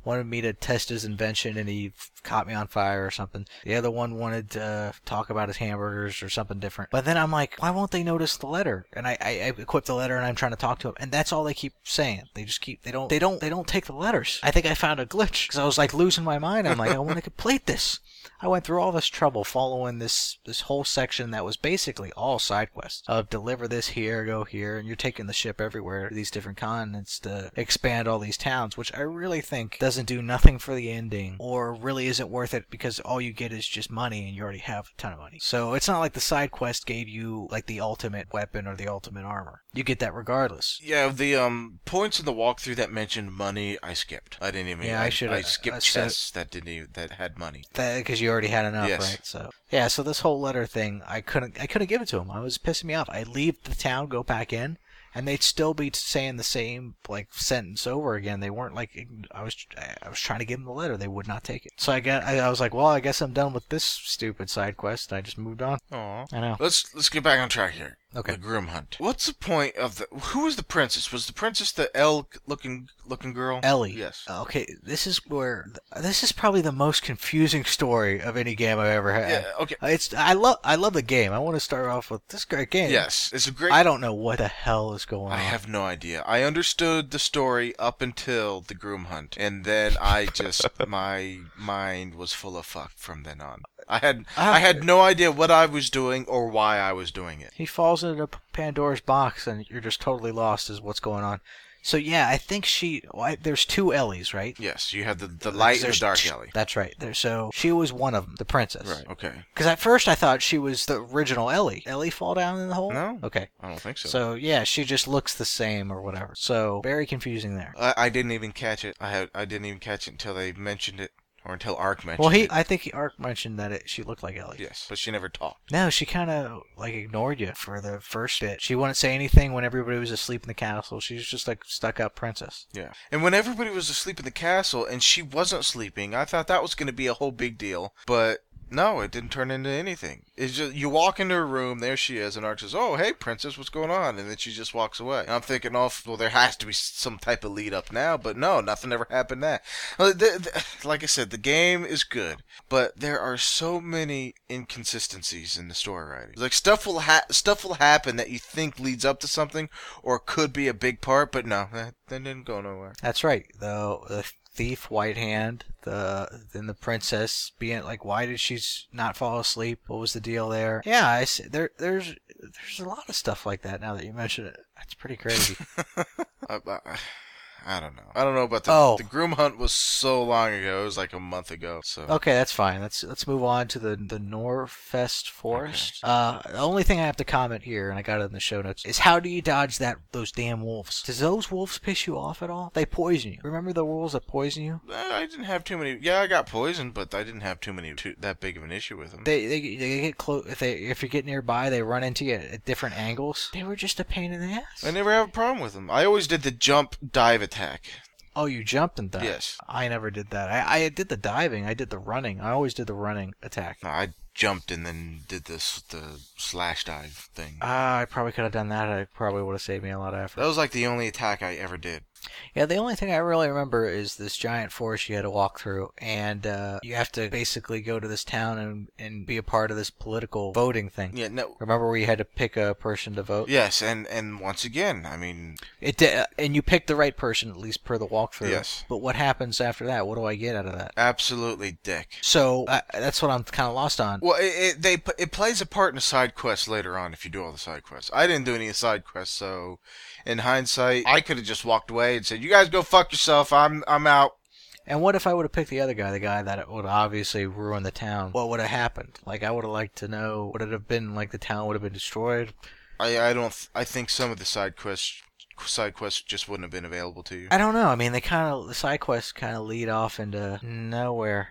wanted me to test his invention, and he f- caught me on fire or something. The other one wanted to uh, talk about his hamburgers or something different. But then I'm like, why won't they notice the letter? And I, I, I equip the letter, and I'm trying to talk to him, and that's all they keep saying. They just keep they don't they don't they don't take the letters. I think I found a glitch because I was like losing my mind. I'm like, "Oh, I want to complete this. I went through all this trouble following this this whole section that was basically all side quests of deliver this here, go here, and you're taking the ship everywhere to these different continents to expand all these towns, which I really think doesn't do nothing for the ending or really isn't worth it because all you get is just money and you already have a ton of money. So it's not like the side quest gave you like the ultimate weapon or the ultimate armor. You get that regardless.
Yeah, the um points in the walkthrough that mentioned money, I skipped. I didn't even.
Yeah, I should-
I
I-
skipped
I should-
chests that didn't even, that had money.
because you already had enough,
Yes.
right? So yeah, so this whole letter thing, I couldn't, I couldn't give it to him. I was pissing me off. I leave the town, go back in, and they'd still be saying the same like sentence over again. They weren't like, ign- I was, I was trying to give them the letter. They would not take it. So I got, I, I was like, well, I guess I'm done with this stupid side quest. I just moved on.
Aw.
I know.
Let's let's get back on track here.
Oh. Okay.
The groom hunt. What's the point of the? Who was the princess? Was the princess the elk looking looking girl?
Ellie.
Yes.
Okay, this is where this is probably the most confusing story of any game I've ever had.
yeah. Okay.
It's I love I love the game. I want to start off with this is a great game.
Yes. It's a great.
I don't know what the hell is going on.
I have no idea. I understood the story up until the groom hunt, and then I just my mind was full of fuck from then on. I had
Ah.
I had no idea what I was doing or why I was doing it.
He falls into Pandora's box, and you're just totally lost as what's going on. So yeah, I think she. well, I- there's two Ellie's, right?
Yes, you had the, the light and the
There's
dark
t-
Ellie.
That's right. There, so she was one of them, the princess.
Okay.
Because at first I thought she was the original Ellie. Ellie fall down in the hole.
No.
Okay.
I don't think so.
So yeah, she just looks the same or whatever. So very confusing there.
I, I didn't even catch it. I had I didn't even catch it until they mentioned it or until Ark mentioned
Well, he.
it.
I think he, Ark mentioned that it, she looked like Ellie.
Yes, but she never talked.
No, she kind of like ignored you for the first bit. She wouldn't say anything when everybody was asleep in the castle. She was just like stuck up princess.
Yeah. And when everybody was asleep in the castle and she wasn't sleeping, I thought that was going to be a whole big deal, but no, it didn't turn into anything. It's just you walk into her room, there she is, and Ark says, "Oh, hey, princess, what's going on?" And then she just walks away. And I'm thinking, "Oh, well, there has to be some type of lead up now," but no, nothing ever happened. That, Uh, th- th- like I said, the game is good, but there are so many inconsistencies in the story writing. Like stuff will ha- stuff will happen that you think leads up to something or could be a big part, but no, that, that didn't go nowhere.
That's right. The, the thief, White Hand, the then the princess being like, why did she s- not fall asleep? What was the deal there? Yeah, I s- there there's there's a lot of stuff like that now that you mention it. That's pretty crazy.
I, I, I don't know. I don't know about the
Oh.
the groom hunt was so long ago. It was like a month ago. So
Okay, that's fine. Let's let's move on to the the Norfest Forest. Uh, the only thing I have to comment here, and I got it in the show notes, is how do you dodge that those damn wolves? Does those wolves piss you off at all? They poison you. Remember the wolves that poison you?
Eh, I didn't have too many. Yeah, I got poisoned, but I didn't have too many too, that big of an issue with them.
They they, they get close. If they if you get nearby, they run into you at different angles. They were just a pain in the ass.
I never have a problem with them. I always did the jump dive attack.
Oh, you jumped and dived.
Yes.
I never did that. I, I did the diving. I did the running. I always did the running attack.
No, I jumped and then did this the slash dive thing.
Ah, I probably could have done that. I probably would have saved me a lot of effort.
That was like the only attack I ever did.
Yeah, the only thing I really remember is this giant forest you had to walk through, and uh, you have to basically go to this town and, and be a part of this political voting thing.
Yeah, no.
Remember where you had to pick a person to vote?
Yes, and and once again, I mean,
It di- and you picked the right person at least per the walkthrough.
Yes.
But what happens after that? What do I get out of that?
absolutely dick.
So I that's what I'm kind of lost on.
Well, it, it they p- it plays a part in a side quest later on if you do all the side quests. I didn't do any side quests, so in hindsight, I could have just walked away and said, "You guys go fuck yourself. I'm I'm out."
And what if I would have picked the other guy, the guy that would obviously ruin the town? What would have happened? Like I would have liked to know. Would it have been like the town would have been destroyed?
I I don't th- I think some of the side quests side quests just wouldn't have been available to you.
I don't know. I mean, they kind of the side quests kind of lead off into nowhere.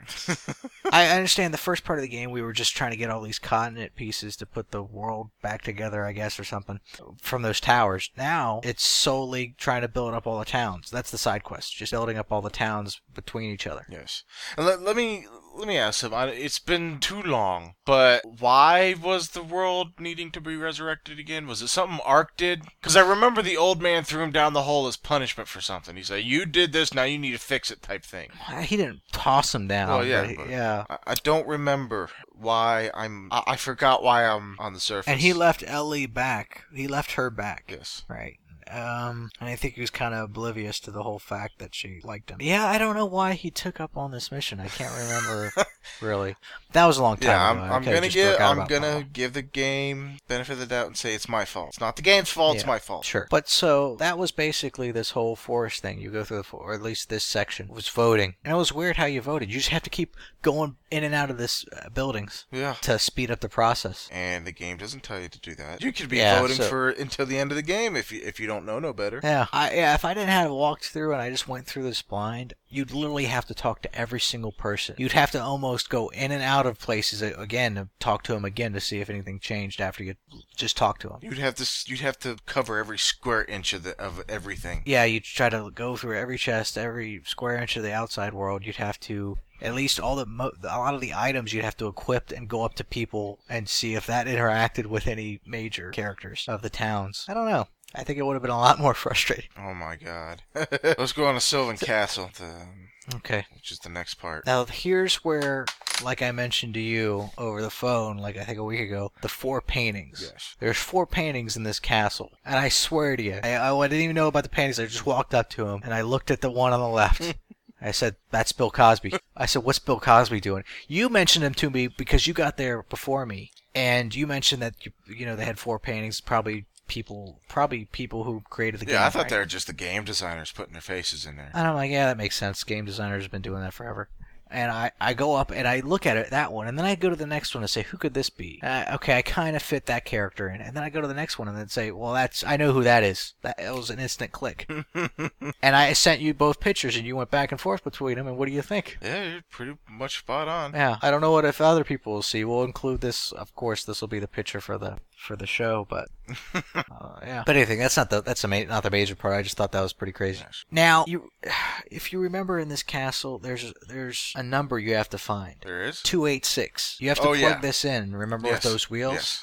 I I understand the first part of the game we were just trying to get all these continent pieces to put the world back together, I guess, or something from those towers. Now it's solely trying to build up all the towns. That's the side quest, just building up all the towns between each other.
Yes. And let, let me let me ask him. I, it's been too long, but why was the world needing to be resurrected again? Was it something Ark did? Because I remember the old man threw him down the hole as punishment for something. He said, "You did this, now you need to fix it," type thing.
He didn't toss them down.
Well, yeah,
but he-
but-
yeah.
I, I don't remember why I'm. I, I forgot why I'm on the surface.
And he left Ellie back. He left her back.
Yes.
Right. Um, and I think he was kind of oblivious to the whole fact that she liked him. Yeah, I don't know why he took up on this mission. I can't remember really. That was a long time
Yeah, I'm,
ago. I
I'm
could've
gonna
just broke
give
out
I'm
about
gonna
Pablo.
give the game benefit of the doubt and say it's my fault. It's not the game's fault. It's
Yeah,
my fault.
Sure. But so that was basically this whole forest thing. You go through the, fo- or at least this section was voting, and it was weird how you voted. You just have to keep going in and out of this uh, buildings
Yeah.
to speed up the process.
and the game doesn't tell you to do that. You could be
Yeah,
voting
so-
for until the end of the game if you if you don't know no better.
Yeah, I, yeah. If I didn't have walked through and I just went through this blind, you'd literally have to talk to every single person. You'd have to almost go in and out of places a- again to talk to them again to see if anything changed after you just talked to them.
You'd have to s- you'd have to cover every square inch of the, of everything.
Yeah, you'd try to go through every chest, every square inch of the outside world. You'd have to at least all the mo- a lot of the items you'd have to equip and go up to people and see if that interacted with any major characters of the towns. I don't know. I think it would have been a lot more frustrating.
Oh my god. Let's go on to Sylvan Castle, the,
Okay.
which is the next part.
Now, here's where, like I mentioned to you over the phone, like I think a week ago, the four paintings.
Yes.
There's four paintings in this castle. And I swear to you, I, I, I didn't even know about the paintings. I just walked up to him and I looked at the one on the left. I said, That's Bill Cosby. I said, What's Bill Cosby doing? You mentioned him to me because you got there before me. And you mentioned that, you, you know, they had four paintings, probably people probably people who created the game.
Yeah, I thought
right?
they were just the game designers putting their faces in there.
And I'm like, yeah, that makes sense. Game designer's been doing that forever. And I, I go up and I look at it, that one, and then I go to the next one and say, who could this be? Uh, okay, I kind of fit that character in. And then I go to the next one and then say, well, that's, I know who that is. That it was an instant click. and I sent you both pictures and you went back and forth between them. And what do you think?
Yeah, you're pretty much spot on.
Yeah, I don't know what if other people will see. We'll include this, of course. This will be the picture for the for the show, but uh, yeah. But anything, that's not the that's the ma- not the major part. I just thought that was pretty crazy.
Yes.
Now, you, if you remember in this castle, there's there's a number you have to find.
There is.
Two eight six. You have to
Oh,
plug
yeah.
this in. Remember
Yes.
with those wheels,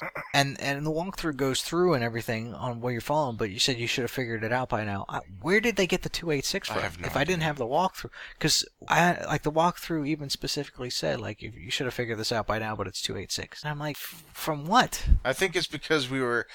Yes.
and and the walkthrough goes through and everything on where you're following. But you said you should have figured it out by now. I, where did they get the two eight six
I
from?
have no
if I didn't
idea.
have the walkthrough, because I like the walkthrough even specifically said like if you should have figured this out by now, but it's two eight six. And I'm like, "F- from what?
I think it's because we were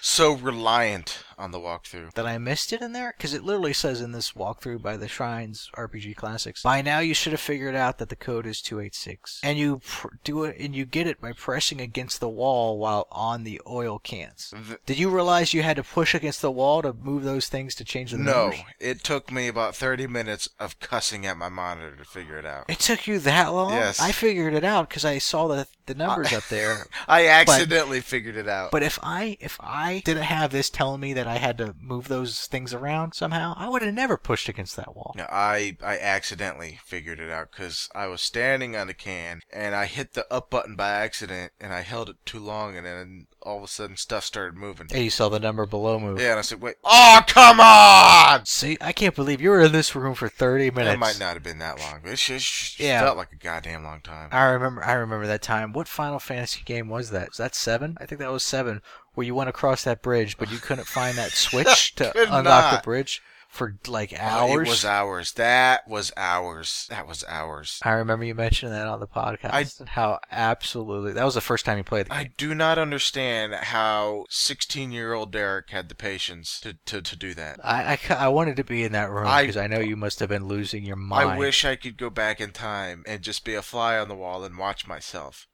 so reliant on the walkthrough.
that I missed it in there? Because it literally says in this walkthrough by the Shrines RPG Classics, by now you should have figured out that the code is 286. And you pr- do it, and you get it by pressing against the wall while on the oil cans.
Th-
Did you realize you had to push against the wall to move those things to change the
no,
numbers?
it took me about 30 minutes of cussing at my monitor to figure it out.
It took you that long?
Yes.
I figured it out because I saw the, the numbers up there.
I accidentally figured it out.
But if I if I didn't have this telling me that I had to move those things around somehow, I would have never pushed against that wall.
No, I I accidentally figured it out because I was standing on the can and I hit the up button by accident and I held it too long and then all of a sudden stuff started moving.
And you saw the number below move.
Yeah, and I said, "Wait, oh come on!"
See, I can't believe you were in this room for 30 minutes.
It might not have been that long, but it just
Yeah.
felt like a goddamn long time.
I remember. I remember that time. What Final Fantasy game was that? Was that seven? I think that was seven, where you went across that bridge, but you couldn't find that switch to
Could
unlock the
not.
bridge for like
Oh,
hours.
It was hours. That was hours. That was hours.
I remember you mentioning that on the podcast. how absolutely that was the first time you played. The
I do not understand how 16-year-old Derek had the patience to, to, to do that.
I, I, ca- I wanted to be in that room
I-
because I, know you must have been losing your mind.
I wish I could go back in time and just be a fly on the wall and watch myself.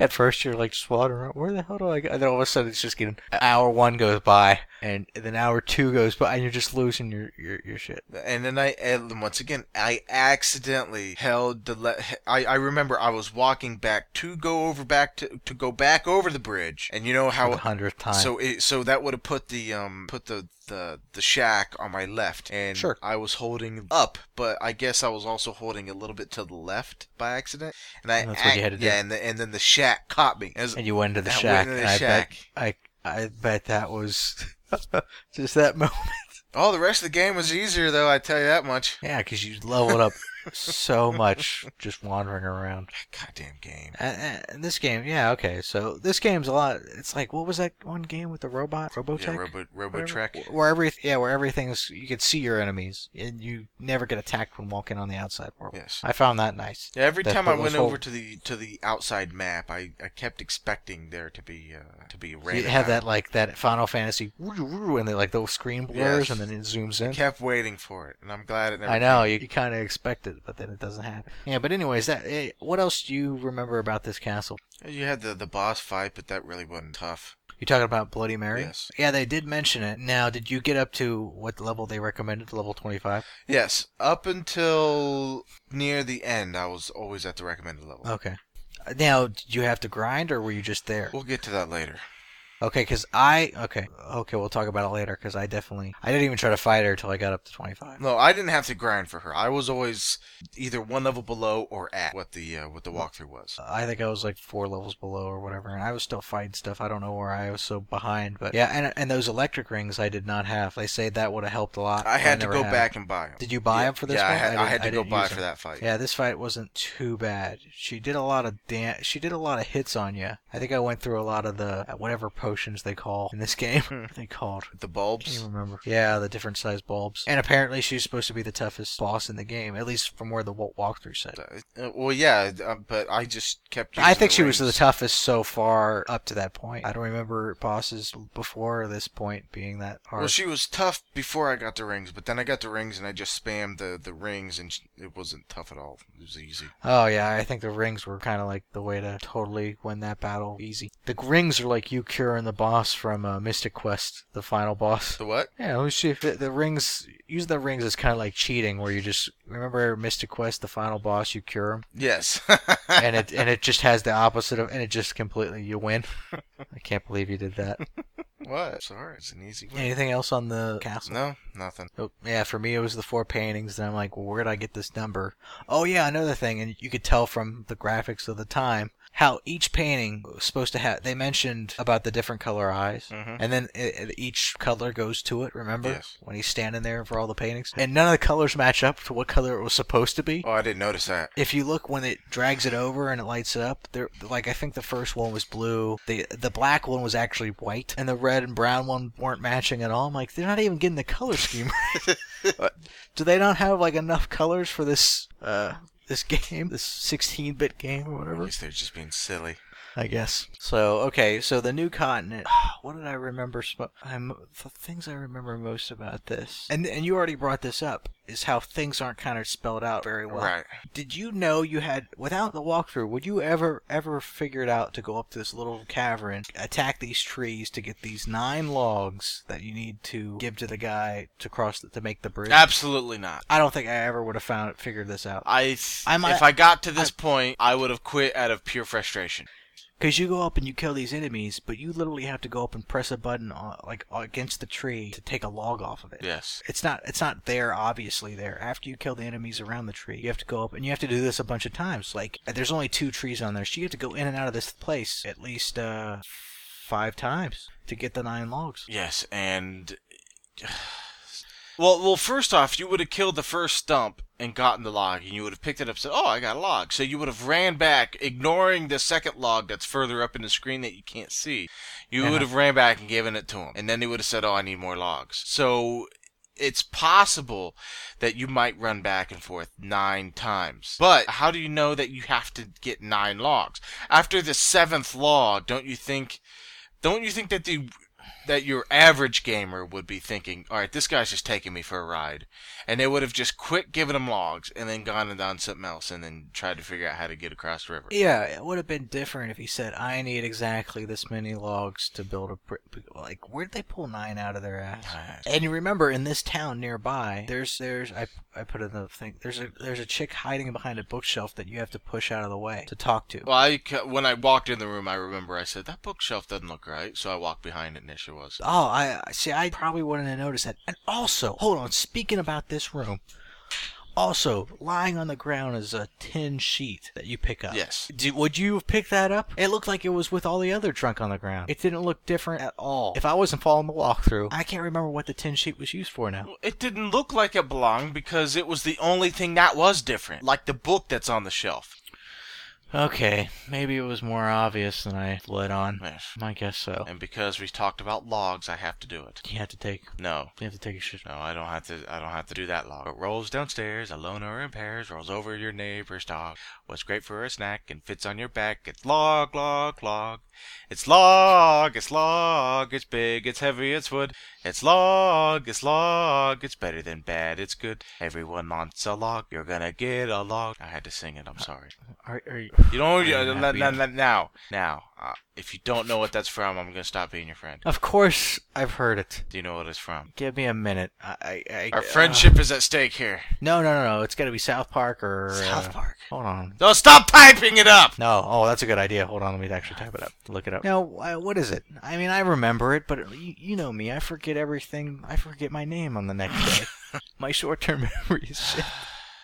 At first, you're like just wandering around. Where the hell do I go? And then all of a sudden, it's just getting hour one goes by, and then hour two goes by, and you're just losing your your, your shit.
And then I, and once again, I accidentally held the. Le- I, I remember I was walking back to go over back to to go back over the bridge, and you know
For
how.
the hundredth time.
So it, so that would have put the um put the the the shack on my left, and
Sure.
I was holding up, but I guess I was also holding a little bit to the left by accident, and I
And that's what you had to do.
yeah, and the, and then the shack caught me. As,
and you went into the
I went
shack.
into the
and I
shack.
bet I I bet that was just that moment.
oh, the rest of the game was easier though, I tell you that much.
Yeah, because you leveled up so much just wandering around.
Goddamn game.
And, and this game, yeah, okay. So this game's a lot. It's like what was that one game with the robot? Robotech.
Yeah, Robo Robo
whatever?
Trek.
Where every yeah, where everything's you can see your enemies and you never get attacked when walking on the outside world.
Yes.
I found that nice.
Yeah, every
That
time I
put
went
was whole-
over to the to the outside map, I, I kept expecting there to be uh, to be a
You
random.
have that
item.
like that Final Fantasy, woo, woo, and they like those screen
Yes.
blurs, and then it zooms in.
Kept waiting for it, and I'm glad it never.
I know you, you kind of expect it, but then it doesn't happen. Yeah, but anyways, that eh, what else do you remember about this castle?
You had the the boss fight, but that really wasn't tough.
You talking about Bloody Mary?
Yes.
Yeah, they did mention it. Now, did you get up to what level they recommended? Level twenty-five.
Yes, up until near the end, I was always at the recommended level.
Okay. Now, did you have to grind, or were you just there?
We'll get to that later.
Okay, because I okay okay we'll talk about it later because I definitely I didn't even try to fight her until I got up to twenty five.
No, I didn't have to grind for her. I was always either one level below or at what the uh, what the walkthrough was.
I think I was like four levels below or whatever, and I was still fighting stuff. I don't know where I was so behind, but yeah, and and those electric rings I did not have. They say that would have helped a lot.
I
but
had to
never
go
had 'em.
back and buy them.
Did you buy them for this
Yeah,
one?
I had, I
didn't-
had to go
didn't
buy
use
for
'em.
that fight.
Yeah, this fight wasn't too bad. She did a lot of dan- She did a lot of hits on you. I think I went through a lot of the whatever potions they call in this game.
Hmm.
What are they called
The
can't
bulbs.
even remember. Yeah, the different size bulbs. And apparently she's supposed to be the toughest boss in the game, at least from where the wa- walkthrough said.
Uh, well, yeah, uh, but I just kept.
I
using
think
the
she was the
rings.
toughest so far up to that point. I don't remember bosses before this point being that hard.
Well, she was tough before I got the rings, but then I got the rings and I just spammed the, the rings and sh- it wasn't tough at all. It was easy.
oh yeah, I think the rings were kind of like the way to totally win that battle easy. The rings are like you curing the boss from uh, Mystic Quest, the final boss.
The what?
Yeah, let me see if the, the rings. Use the rings is kind of like cheating, where you just remember Mystic Quest, the final boss, you cure him.
Yes.
and it and it just has the opposite of and it just completely you win. I can't believe you did that.
what? Sorry, it's an easy one.
Anything else on the castle?
No, nothing.
Oh, yeah, for me it was the four paintings. Then I'm like, well, where did I get this number? Oh yeah, another thing, and you could tell from the graphics of the time how each painting was supposed to have. They mentioned about the different color eyes,
Mhm.
and then i i- each color goes to it. Remember
Yes.
when he's standing there for all the paintings, and none of the colors match up to what color it was supposed to be.
Oh, I didn't notice that.
if you look when it drags it over and it lights it up, there like I think the first one was blue, the the black one was actually white, and the red and brown one weren't matching at all. I'm like, they're not even getting the color scheme. right. Do they not have like enough colors for this uh this game, this 16-bit game or
At
whatever?
least they're just being silly.
I guess. So okay, so the new continent. What did I remember? Sp- I'm the things I remember most about this, and and you already brought this up, is how things aren't kind of spelled out very well.
Right.
Did you know you had without the walkthrough? Would you ever ever figure it out to go up this little cavern, attack these trees to get these nine logs that you need to give to the guy to cross the, to make the bridge?
Absolutely not.
I don't think I ever would have found figured this out.
I, th-
I might-
if I got to this point, I would have quit out of pure frustration.
Because you go up and you kill these enemies, but you literally have to go up and press a button on, like against the tree to take a log off of it.
Yes.
It's not it's not there obviously there. After you kill the enemies around the tree, you have to go up and you have to do this a bunch of times. Like there's only two trees on there, so you have to go in and out of this place at least uh five times to get the nine logs.
Yes, and well, well. First off, you would have killed the first stump and gotten the log, and you would have picked it up. and Said, "Oh, I got a log." So you would have ran back, ignoring the second log that's further up in the screen that you can't see. You
Uh-huh.
would have ran back and given it to him, and then they would have said, "Oh, I need more logs." So it's possible that you might run back and forth nine times. But how do you know that you have to get nine logs? After the seventh log, don't you think? Don't you think that the that your average gamer would be thinking, all right, this guy's just taking me for a ride. And they would have just quit giving him logs and then gone and done something else and then tried to figure out how to get across the river.
Yeah, it would have been different if he said, "I need exactly this many logs to build a brick." Like, where did they pull nine out of their ass? And you remember, in this town nearby, there's there's I, I put in the thing. There's a there's a chick hiding behind a bookshelf that you have to push out of the way to talk to.
Well, I, ca- when I walked in the room, I remember I said, that bookshelf doesn't look right. So I walked behind it and there she was.
Oh, I I- see. I probably wouldn't have noticed that. And also, hold on. Speaking about this room, also lying on the ground is a tin sheet that you pick up.
Yes.
Do, would you have picked that up? It looked like it was with all the other drunk on the ground. It didn't look different at all. If I wasn't following the walkthrough, I can't remember what the tin sheet was used for now.
It didn't look like it belonged because it was the only thing that was different, like the book that's on the shelf.
Okay, maybe it was more obvious than I let on.
Yes.
I guess so.
And because we talked about logs, I have to do it.
You have to take.
No,
You have to take a shit.
No, I don't have to. I don't have to do that log. It rolls downstairs, alone or in pairs, rolls over your neighbor's dog. What's great for a snack and fits on your back? It's log, log, log. It's log, it's log. It's big, it's heavy, it's wood. It's log, it's log. It's better than bad, it's good. Everyone wants a log. You're gonna get a log. I had to sing it. I'm sorry.
Are, are you?
You don't.
I'm
uh, na-
happy.
na- na- now, now. Uh, if you don't know what that's from, I'm gonna stop being your friend.
Of course, I've heard it.
Do you know what it's from?
Give me a minute. I. I, I
Our friendship is at stake here.
No, no, no, no. It's got to be South Park or. uh,
Park.
hold on.
No, stop typing it up.
No. Oh, that's a good idea. Hold on. Let me actually type it up. Look it up. No, uh, what is it? I mean, I remember it, but it- you, you know me. I forget everything. I forget my name on the next day. my short term memory is shit.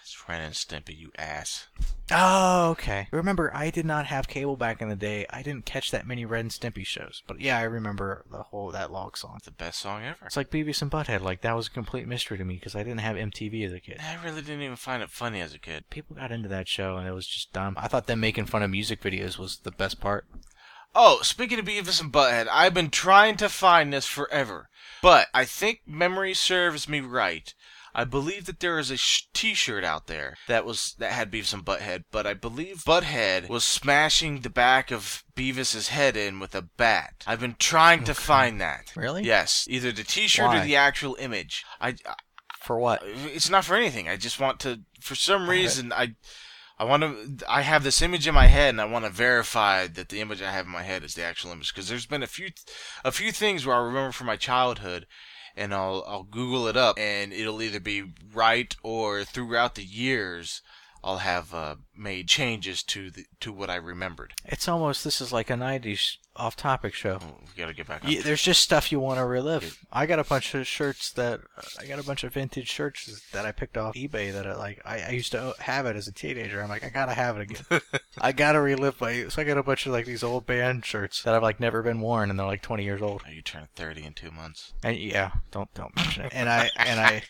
It's Ren and Stimpy, you ass.
Oh, okay. Remember, I did not have cable back in the day. I didn't catch that many Red and Stimpy shows. But yeah, I remember the whole that log song.
It's the best song ever.
It's like Beavis and Butthead. Like that was a complete mystery to me because I didn't have MTV as a kid.
I really didn't even find it funny as a kid.
People got into that show and it was just dumb. I thought them making fun of music videos was the best part.
Oh, speaking of Beavis and Butthead, I've been trying to find this forever. But I think memory serves me right. I believe that there is a sh- T-shirt out there that was that had Beavis and Butthead, but I believe Butthead was smashing the back of Beavis's head in with a bat. I've been trying to find that.
Really?
Yes, either the T-shirt or
Why?
the actual image. I
For what?
it's not for anything. I just want to, for some reason, I, I want to. I have this image in my head, and I want to verify that the image I have in my head is the actual image. Because there's been a few, a few things where I remember from my childhood, and I'll I'll Google it up, and it'll either be right or throughout the years. I'll have uh, made changes to the to what I remembered.
It's almost this is like a '90s off-topic show.
Oh, we gotta get back. On.
You, there's just stuff you want to relive. I got a bunch of shirts that I got a bunch of vintage shirts that I picked off eBay that I like. I, I used to have it as a teenager. I'm like, I gotta have it again. I gotta relive my. So I got a bunch of like these old band shirts that have like never been worn and they're like 20 years old.
Oh, you turn thirty in two months.
And yeah, don't don't mention it. And I and I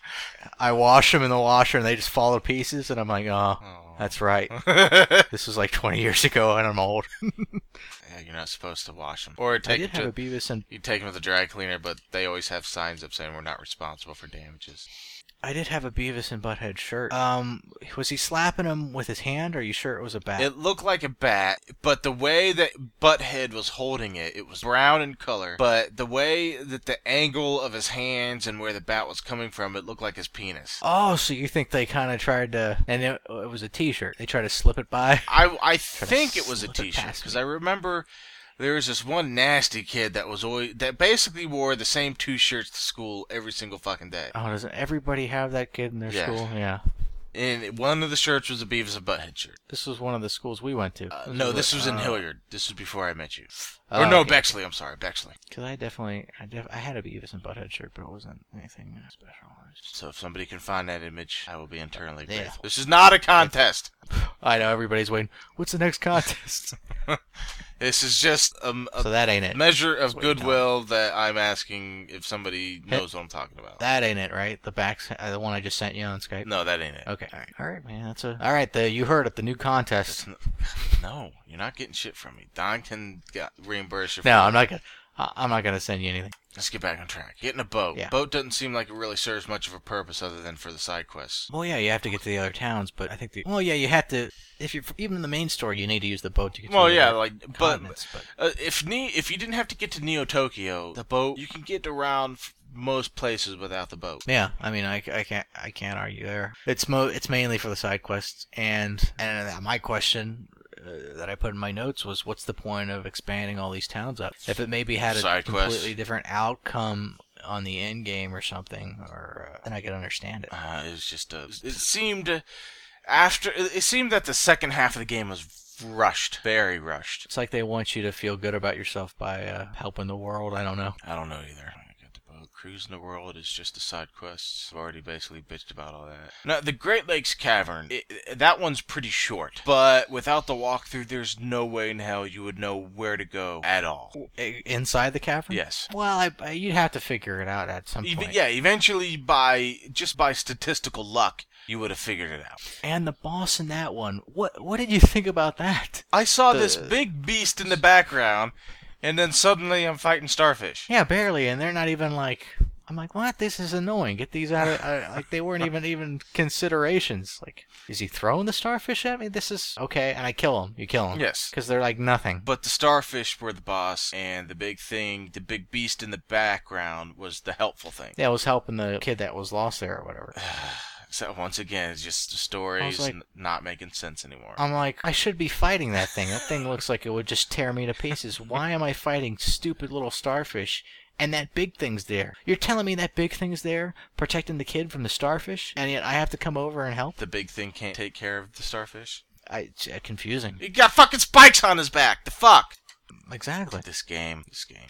I wash them in the washer and they just fall to pieces and I'm like, oh,
Oh.
that's right.
yeah,
This was like 20 years ago and I'm old.
you're not supposed to wash them or
I
take
did
it to
have a Beavis and
You take them to the dry cleaner, but they always have signs up saying we're not responsible for damages.
I did have a Beavis and Butthead shirt. Um, was he slapping him with his hand, or are you sure it was a bat?
It looked like a bat, but the way that Butthead was holding it, it was brown in color, but the way that the angle of his hands and where the bat was coming from, it looked like his penis.
oh, so you think they kind of tried to? And it, it was a T-shirt. They tried to slip it by.
I, I think it was a
slip it
t-shirt
past
because
me.
I remember there was this one nasty kid that was always that basically wore the same two shirts to school every single fucking day.
Oh, doesn't everybody have that kid in their
Yeah.
school? Yeah.
And one of the shirts was a Beavis and Butthead shirt.
This was one of the schools we went to.
Uh, no, this was in
uh,
Hilliard. This was before I met you.
Oh,
or no,
okay.
Bexley. I'm sorry, Bexley.
Because I definitely, I, def- I had a Beavis and Butthead shirt, but it wasn't anything special.
So if somebody can find that image, I will be internally
Yeah.
grateful. This is not a contest.
I know everybody's waiting. What's the next contest?
This is just um, a
so that ain't it.
measure of
what you're talking
goodwill that I'm asking if somebody knows what I'm talking about.
That ain't it, right? The backs, uh, the one I just sent you on Skype.
No, that ain't it.
Okay. All right. All right, man. That's a. All right. The you heard it. The new contest.
No, you're not getting shit from me. Don can get, reimburse you. for
No,
that.
I'm not gonna. I- I'm not gonna send you anything.
Let's get back on track. Getting a boat.
Yeah.
Boat doesn't seem like it really serves much of a purpose other than for the side quests.
Well, yeah, you have to get to the other towns, but I think the. Well, yeah, you have to. If you're even in the main store, you need to use the boat to get.
Well,
to the
yeah,
other
like, but,
continents, but
uh, if ne- if you didn't have to get to Neo Tokyo, the boat you can get around f- most places without the boat.
Yeah, I mean, I, I can't I can't argue there. It's mo it's mainly for the side quests, and and my question uh, that I put in my notes was, what's the point of expanding all these towns up if it maybe had a
Side quests.
completely different outcome on the end game or something, or uh, then I could understand it.
Uh, it was just a. It seemed after it it seemed that the second half of the game was rushed, very rushed.
It's like they want you to feel good about yourself by uh, helping the world. I don't know.
I don't know either. I got the boat. Cruising the world is just the side quests. I've already basically bitched about all that. Now, the Great Lakes Cavern, it, it- that one's pretty short. But without the walkthrough, there's no way in hell you would know where to go at all.
I- Inside the cavern.
Yes.
Well, I, I, you'd have to figure it out at some
Ev-
point.
yeah, eventually, by just by statistical luck, you would have figured it out.
And the boss in that one. What What did you think about that?
I saw this
The-
big beast in the background, and then suddenly I'm fighting starfish.
Yeah, barely, and they're not even like. I'm like, what? This is annoying. Get these out of I, like they weren't even even considerations. Like, is he throwing the starfish at me? This is okay, and I kill him. You kill him.
Yes.
because they're like nothing.
But the starfish were the boss, and the big thing, the big beast in the background, was the helpful thing.
Yeah, I was helping the kid that was lost there or whatever.
So once again, it's just the stories
like- Um,
n- not making sense anymore.
I'm like, I should be fighting that thing. That thing looks like it would just tear me to pieces. Why am I fighting stupid little starfish? And that big thing's there. You're telling me that big thing's there, protecting the kid from the starfish, and yet I have to come over and help?
the big thing can't take care of the starfish.
I, it's uh, confusing.
He got fucking spikes on his back. The fuck.
Exactly.
This game. This game.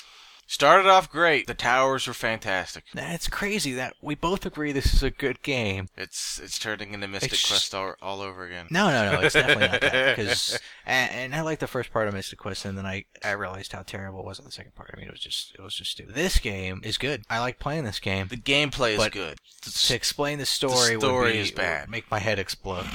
Started off great. The towers were fantastic.
That's crazy that we both agree this is a good game.
It's it's turning into Mystic
It's-
Quest all, all over again.
No, no, no, it's definitely not that. Because and, and I like the first part of Mystic Quest, and then I, I realized how terrible it was on the second part. I mean, it was just it was just stupid. This game is good. I like playing this game.
The gameplay is
But-
good. The
To
s-
explain the story, would
story
be,
is bad.
would make my head explode.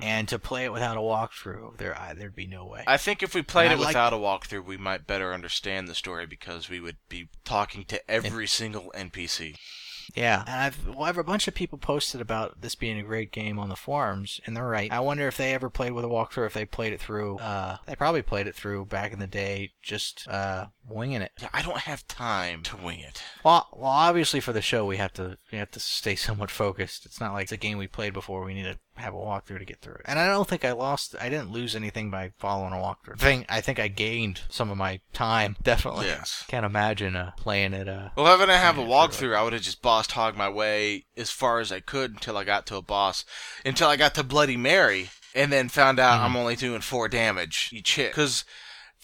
and to play it without a walkthrough, there I, there'd be no way.
I think if we played
And
it
I like-
without a walkthrough, we might better understand the story because we would be talking to every single NPC.
Yeah, and I've well, I've a bunch of people posted about this being a great game on the forums, and they're right. I wonder if they ever played with a walkthrough, if they played it through. Uh, they probably played it through back in the day, just uh, winging it.
Yeah, I don't have time to wing it.
Well, well, obviously for the show, we have to we have to stay somewhat focused. It's not like it's a game we played before. We need to have a walkthrough to get through it. And I don't think I lost. I didn't lose anything by following a walkthrough. Thing I think I gained some of my time. Definitely.
Yes.
Can't imagine uh, playing it. Uh,
Well, if I didn't have a
Yeah,
walkthrough, I would have just boss hog my way as far as I could until I got to a boss, until I got to Bloody Mary, and then found out
Mm-hmm.
I'm only doing four damage each hit. Because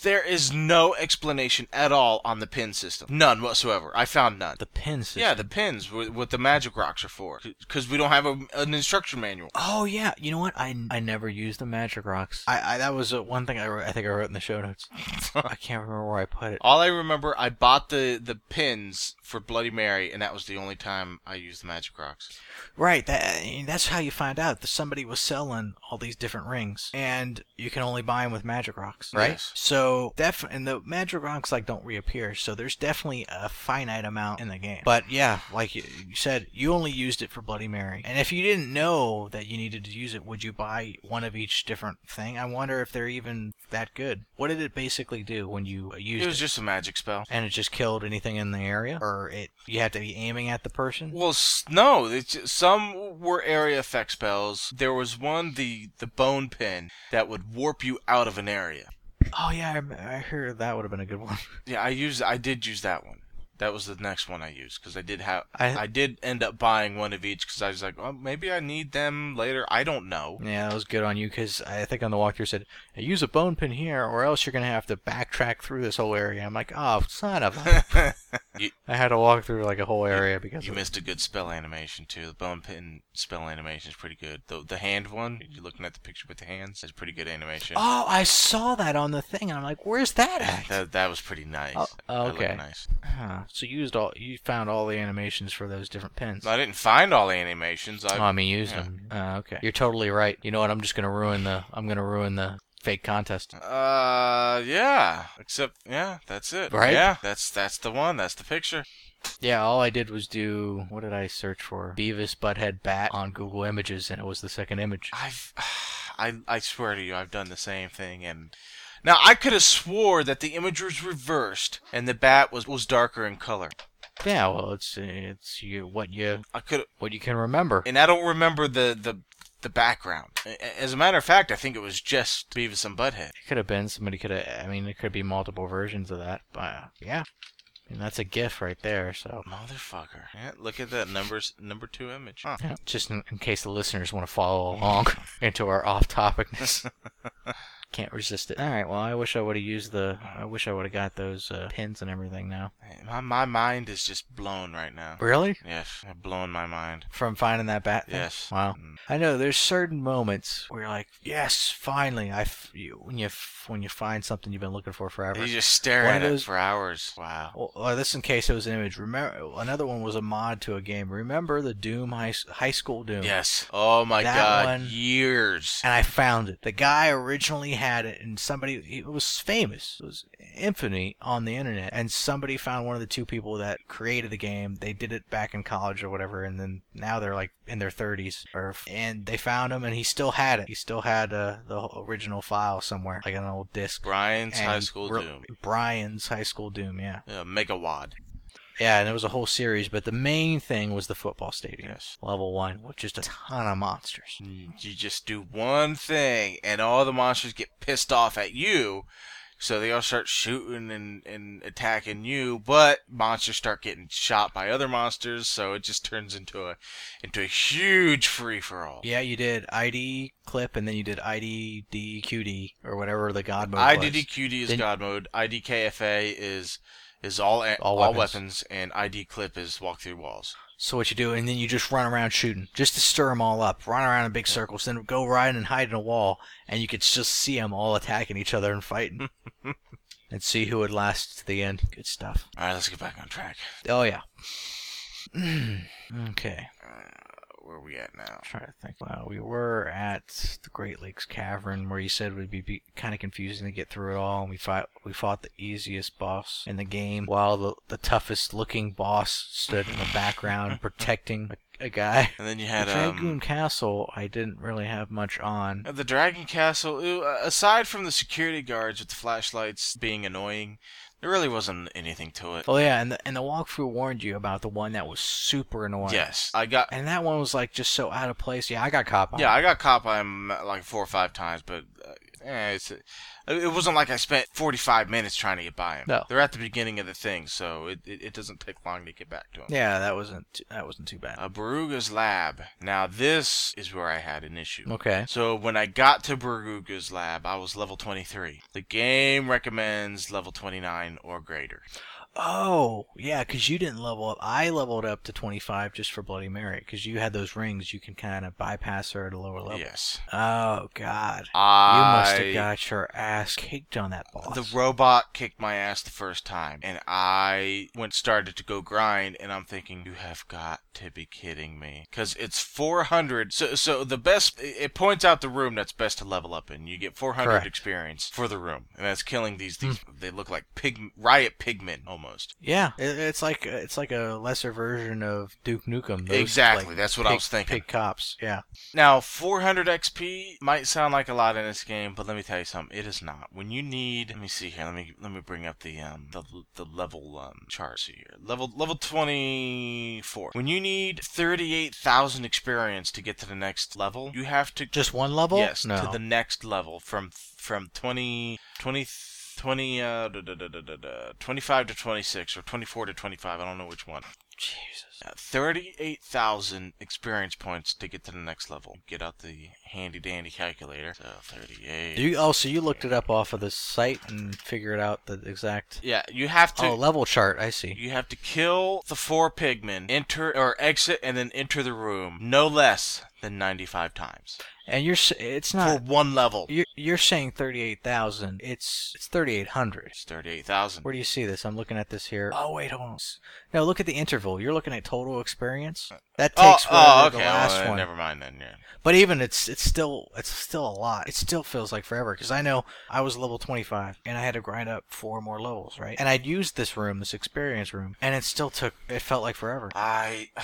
there is no explanation at all on the pin system, none whatsoever. I found none.
the pin system.
yeah, the pins, wh- what the magic rocks are for, because we don't have a, an instruction manual.
Oh yeah, you know what? I, I never used the magic rocks. I, I that was uh, one thing I wrote, I think I wrote in the show notes. I can't remember where I put it.
All I remember, I bought the the pins for Bloody Mary, and that was the only time I used the magic rocks.
Right, that and that's how you find out that somebody was selling all these different rings, and you can only buy them with magic rocks, right?
Yes.
So So def and the Madrigonics like don't reappear, so there's definitely a finite amount in the game. But yeah, like you you said, you only used it for Bloody Mary, and if you didn't know that you needed to use it, would you buy one of each different thing? I wonder if they're even that good. What did it basically do when you uh, used
It
it?
was just a magic spell.
and it just killed anything in the area, or it you had to be aiming at the person.
Well, s- no. It's ju- some were area effect spells. There was one, the the bone pin, that would warp you out of an area.
Oh yeah, I, rem- I heard that would have been a good one.
Yeah, I used. I did use that one. That was the next one I used because I did have.
I-
I, did end up buying one of each because I was like, well, maybe I need them later. I don't know.
Yeah, that was good on you because I think on the walkthrough it said "Hey, use a bone pin here, or else you're gonna have to backtrack through this whole area. I'm like, oh son of. a-" I had to walk through like a whole area because
You
of-
missed a good spell animation too. The bone pin spell animation is pretty good. The the hand one, you're looking at the picture with the hands. That's pretty good animation.
Oh, I saw that on the thing, and I'm like, where's that at?
That that was pretty nice.
Oh,
That looked
okay.
nice.
Huh. So you used all you found all the animations for those different pins.
No, I didn't find all the animations. I
oh, I mean, you used
yeah.
them. Uh, okay, you're totally right. You know what? I'm just gonna ruin the. I'm gonna ruin the fake contest.
Uh, yeah. Except, yeah, that's it.
Right?
Yeah, that's that's the one. That's the picture.
Yeah, all I did was do. What did I search for? Beavis butthead bat on Google Images, and it was the second image.
I've, I, I swear to you, I've done the same thing. And now I could have swore that the image was reversed and the bat was was darker in color.
Yeah, well, it's it's you what you
I could,
what you can remember.
and I don't remember the the the background. A- a- As a matter of fact, I think it was just Beavis and Butthead.
It could have been somebody could have. I mean, it could be multiple versions of that. But uh, yeah, and that's a GIF right there. So
Motherfucker! Yeah, look at that numbers number two image. Huh.
yeah, just in, in case the listeners want to follow along into our off-topicness. Can't resist it. All right. Well, I wish I would have used the. I wish I would have got those uh, pins and everything now.
Man, My my mind is just blown right now.
Really?
Yes, blown my mind.
From finding that bat. thing?
Yes. Mm.
Wow. I know there's certain moments where you're like, yes, finally, I f- you, when you f- when you find something you've been looking for forever.
You just stare
One
at
of
it
those-
for hours. Wow.
Well, uh, this in case it was an image. Remember, another one was a mod to a game. Remember the Doom high, high school Doom?
Yes. Oh my
That
god.
one-
Years.
And I found it. The guy originally had it, and somebody it was famous. It was infamy on the internet, and somebody found one of the two people that created the game. They did it back in college or whatever, and then now they're like in their 30s, or and they found him, and he still had it. He still had uh, the original file somewhere, like an old disc.
Brian's
And
High School
re-
Doom.
Brian's High School Doom, yeah.
Yeah, Megawad.
Yeah, and it was a whole series, but the main thing was the football stadium.
Yes.
Level one, with just a ton of monsters.
Mm-hmm. You just do one thing, and all the monsters get pissed off at you. So they all start shooting and, and attacking you, but monsters start getting shot by other monsters, so it just turns into a into a huge free for all.
Yeah, you did ID clip, and then you did ID DQD or whatever the god mode was.
IDDQD is
Then-
God mode. IDKFA is is all a-
All
all,
weapons.
weapons. and ID clip is walk through walls.
So what you do, and then you just run around shooting, just to stir them all up. Run around in big circles, then go ride and hide in a wall, and you could just see them all attacking each other and fighting, and see who would last to the end. Good stuff.
All right, let's get back on track.
Oh yeah. okay.
Uh, Where are we at now?
trying to think. Well, we were at the Great Lakes Cavern, where you said it would be, be kind of confusing to get through it all, and we fought we fought the easiest boss in the game, while the the toughest looking boss stood in the background protecting a, a guy.
And then you had
the Dragoon
um,
Castle, I didn't really have much on.
the Dragon Castle. Ooh, uh, Aside from the security guards with the flashlights being annoying, there really wasn't anything to it.
Oh yeah, and the and the walkthrough warned you about the one that was super annoying.
Yes, I got
And that one was like just so out of place. Yeah, I got caught by.
yeah,
it.
I got caught by him uh, like four or five times, but uh, eh, it's, it wasn't like I spent 45 minutes trying to get by him.
No.
They're at the beginning of the thing, so it, it, it doesn't take long to get back to him.
yeah, that wasn't that wasn't too bad.
Uh, Baruga's lab. Now this is where I had an issue.
Okay.
So when I got to Baruga's lab, I was level 23. The game recommends level 29 or greater.
Oh, yeah, 'cause you didn't level up. I leveled up to 25 just for Bloody Mary, 'cause you had those rings. You can kind of bypass her at a lower level.
Yes.
Oh, God.
I
Krista
I-
got your ass kicked on that boss.
The robot kicked my ass the first time, and I went started to go grind, and I'm thinking, you have got to be kidding me, because it's 400. So, so the best it it points out the room that's best to level up in. You get 400
Correct. Hmm.
experience for the room, and that's killing these. These they look like pig riot pigmen almost.
yeah, it, it's like it's like a lesser version of Duke Nukem. Those,
Exactly,
like,
that's what I
pig-
was thinking.
Pig cops. Yeah.
Now, 400 XP might sound like a lot in this game, but let me tell you something. It is not. When you need, let me see here. Let me let me bring up the um the, the level um charts here. Level level 24. When you need 38,000 experience to get to the next level, you have to
Just one level.
yes
No.
to the next level from from 20 20 20 uh, da, da, da, da, da, da, 25 to 26 or 24 to 25 i don't know which one
Jesus.
uh, 38,000 experience points to get to the next level. Get out the handy dandy calculator. So 38.
Do you oh so you looked it up off of the site and figured out the exact
yeah, you have to
oh level chart. I see.
you have to kill the four pigmen, enter or exit and then enter the room no less than 95 times
And you're s- it's
for
not
one level.
you're, you're saying thirty eight thousand. It's it's thirty eight hundred.
It's 38,000.
Where do you see this? I'm looking at this here. Oh wait, hold on. No, look at the interval. You're looking at total experience. That
Oh,
takes
oh,
whatever
okay.
the last
well,
one.
Never mind then. Yeah.
But even it's it's still it's still a lot. It still feels like forever because I know I was level 25 and I had to grind up four more levels, right? And I'd used this room, this experience room, and it still took. It felt like forever.
I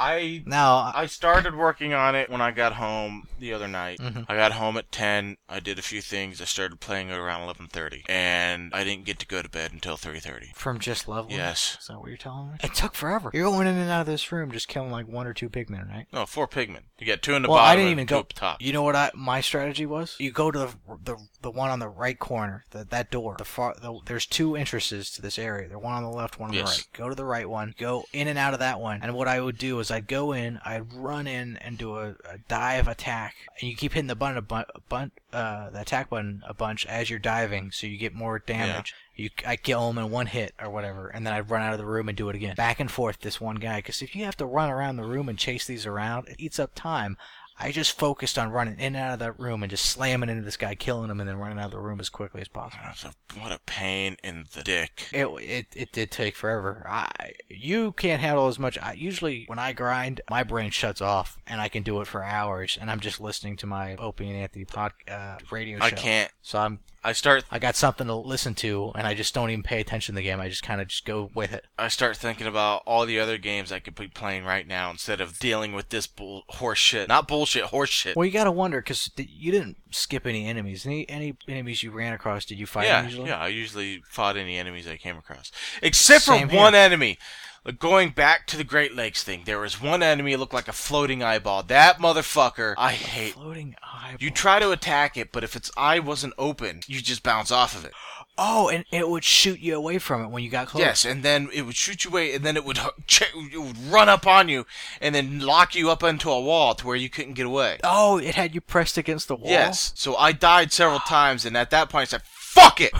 I
Now,
I started working on it when I got home the other night.
Mhm.
I got home at 10. I did a few things. I started playing it around 11:30, and I didn't get to go to bed until 3:30.
from just leveling.
Yes.
Is that what you're telling me? It took forever. You're going in and out of this room, just killing like one or two pigmen, right?
No, four pigmen. You get two in the
well,
bottom
I didn't
and
even
two
go
up top.
You know what I my strategy was? You go to the the, the one on the right corner, the, that door. The far the, there's two entrances to this area. There's one on the left, one on
Yes.
the right. Go to the right one. Go in and out of that one. And what I would do is I'd go in, I'd run in and do a, a dive attack. And you keep hitting the button a, bu- a bun, uh, the attack button a bunch as you're diving, so you get more damage. You, I kill him in one hit or whatever, and then I'd run out of the room and do it again, back and forth. This one guy, because if you have to run around the room and chase these around, it eats up time. I just focused on running in and out of that room and just slamming into this guy, killing him, and then running out of the room as quickly as possible.
That's a- what a pain in the dick.
It it, it did take forever. I you can't handle as much. I usually when I grind, my brain shuts off and I can do it for hours, and I'm just listening to my Opie and Anthony pod, uh, radio show.
I can't.
So I'm
I start.
I got something to listen to, and I just don't even pay attention to the game. I just kind of just go with it.
I start thinking about all the other games I could be playing right now instead of dealing with this bull horse shit. Not bullshit, horse shit.
Well, you gotta wonder because you didn't skip any enemies. Any any enemies you ran across, did you fight
yeah,
usually?
yeah. I usually fought any enemies I came across, except
Same
for
here.
one enemy. Like, Going back to the Great Lakes thing, there was one enemy that looked like a floating eyeball. That motherfucker, I hate.
Floating eye.
You try to attack it, but if its eye wasn't open, you just bounce off of it.
Oh, and it would shoot you away from it when you got close.
Yes, and then it would shoot you away, and then it would hu- ch- it would run up on you, and then lock you up into a wall to where you couldn't get away.
Oh, it had you pressed against the wall.
Yes. So I died several times, and at that point I said, "Fuck it."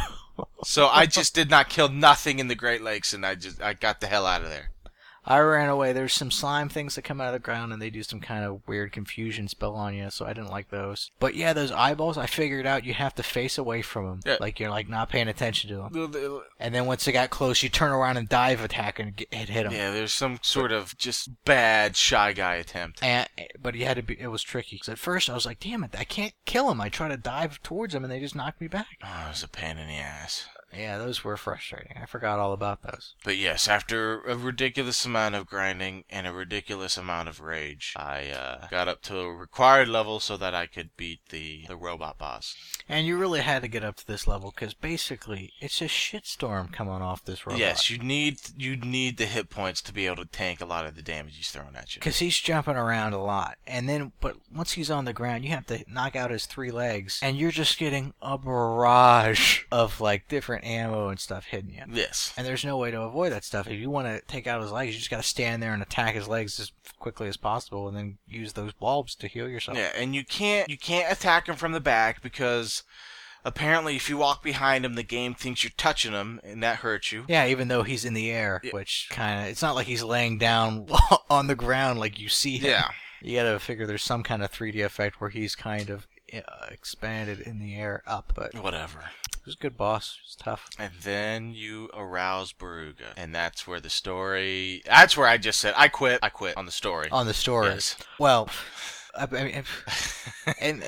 So I just did not kill nothing in the Great Lakes, and I just I got the hell out of there.
I ran away. There's some slime things that come out of the ground and they do some kind of weird confusion spell on you, so I didn't like those. But yeah, those eyeballs, I figured out you have to face away from them.
Yeah.
Like you're like not paying attention to them.
Yeah,
And then once they got close, you turn around and dive attack and get, hit, hit them.
there's some sort of just bad shy guy attempt.
And, but he had to be. It was tricky. 'Cause at first I was like, "Damn it, I can't kill him." I try to dive towards him, and they just knock me back.
Oh, it was a pain in the ass.
Yeah, those were frustrating. I forgot all about those.
But yes, after a ridiculous amount of grinding and a ridiculous amount of rage, I uh, got up to a required level so that I could beat the, the robot boss.
And you really had to get up to this level because basically it's a shitstorm coming off this robot.
Yes, you need you need the hit points to be able to tank a lot of the damage he's throwing at you.
Because he's jumping around a lot. And then, but once he's on the ground, you have to knock out his three legs. And you're just getting a barrage of, like, different ammo and stuff hitting you.
Yes.
And there's no way to avoid that stuff. If you want to take out his legs, you just got to stand there and attack his legs as quickly as possible and then use those bulbs to heal yourself.
Yeah, and you can't you can't attack him from the back because apparently if you walk behind him, the game thinks you're touching him, and that hurts you.
Yeah, even though he's in the air,
Yeah.
which kind of, it's not like he's laying down on the ground like you see him.
Yeah.
You gotta figure there's some kind of 3D effect where he's kind of uh, expanded in the air up, but he
Whatever.
was a good boss. He was tough.
And then you arouse Baruga. And that's where the story. That's where I just said, I quit. I quit on the story.
On the story,
Yes.
well, I, I mean, and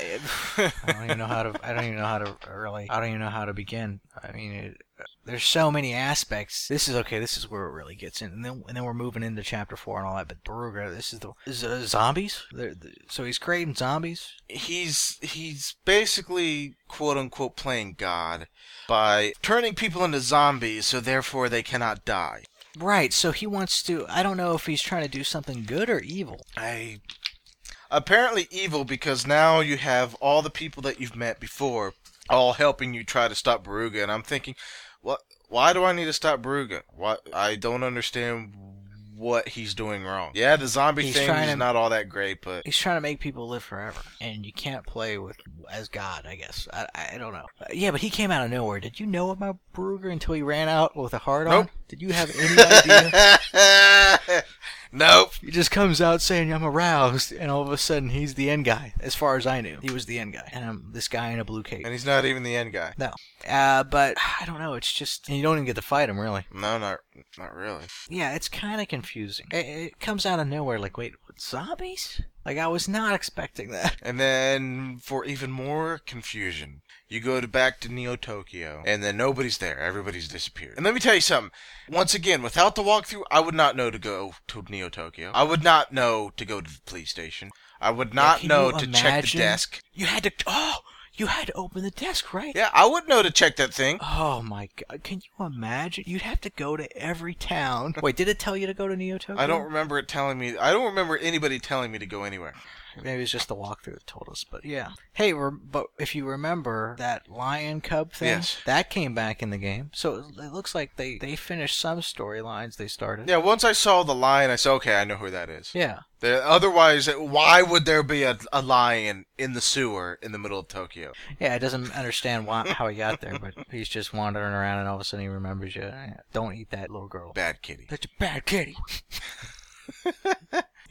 uh, I don't even know how to. I don't even know how to uh, really. I don't even know how to begin. I mean, it, uh, there's so many aspects. This is okay. This is where it really gets in, and then and then we're moving into chapter four and all that. But Baruga, this is the is, uh, zombies. They're, the- so he's creating zombies.
he's he's basically quote unquote playing God by turning people into zombies so therefore they cannot die.
Right. So he wants to. I don't know if he's trying to do something good or evil.
I apparently evil because now you have all the people that you've met before all helping you try to stop Baruga and I'm thinking what why do I need to stop Baruga? What I don't understand what he's doing wrong. Yeah, the zombie
He's
thing
trying
is
to-
not all that great, but
He's trying to make people live forever, and you can't play with as God, I guess. I, I don't know. Uh, yeah, but he came out of nowhere. Did you know about Bruger until he ran out with a heart on?
Nope.
Did you have any idea?
nope.
He just comes out saying, "I'm aroused," and all of a sudden he's the end guy. As far as I knew, he was the end guy, and um, this guy in a blue cape.
And he's not even the end guy.
No, uh, but I don't know. It's just and you don't even get to fight him, really.
No, not not really.
Yeah, it's kind of confusing. It, it comes out of nowhere. Like, wait, what, zombies? Like, I was not expecting that.
And then for even more confusion, you go to back to Neo Tokyo, and then nobody's there. Everybody's disappeared. And let me tell you something. Once again, without the walkthrough, I would not know to go to Neo Tokyo. I would not know to go to the police station. I would not
can
know
you
to check the
imagine?
desk.
You had to. Oh, you had to open the desk, right?
Yeah, I would know to check that thing.
Oh my god! Can you imagine? You'd have to go to every town. Wait, did it tell you to go to Neo Tokyo?
I don't remember it telling me. I don't remember anybody telling me to go anywhere.
Maybe it's just the walkthrough that told us, but yeah. Hey, re- but if you remember that lion cub thing,
Yes.
that came back in the game. So it it looks like they they finished some storylines they started.
Yeah, once I saw the lion, I said, okay, I know who that is.
Yeah.
The, otherwise, why would there be a, a lion in the sewer in the middle of Tokyo?
Yeah, it doesn't understand why how he got there, but he's just wandering around and all of a sudden he remembers you. Yeah, Don't eat that little girl.
Bad kitty.
That's a bad kitty.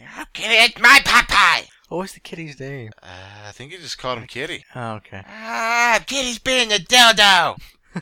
How can it my Popeye?
What was the kitty's name?
Uh, I think you just called him Kitty.
Oh, okay.
Ah, Kitty's being a dildo.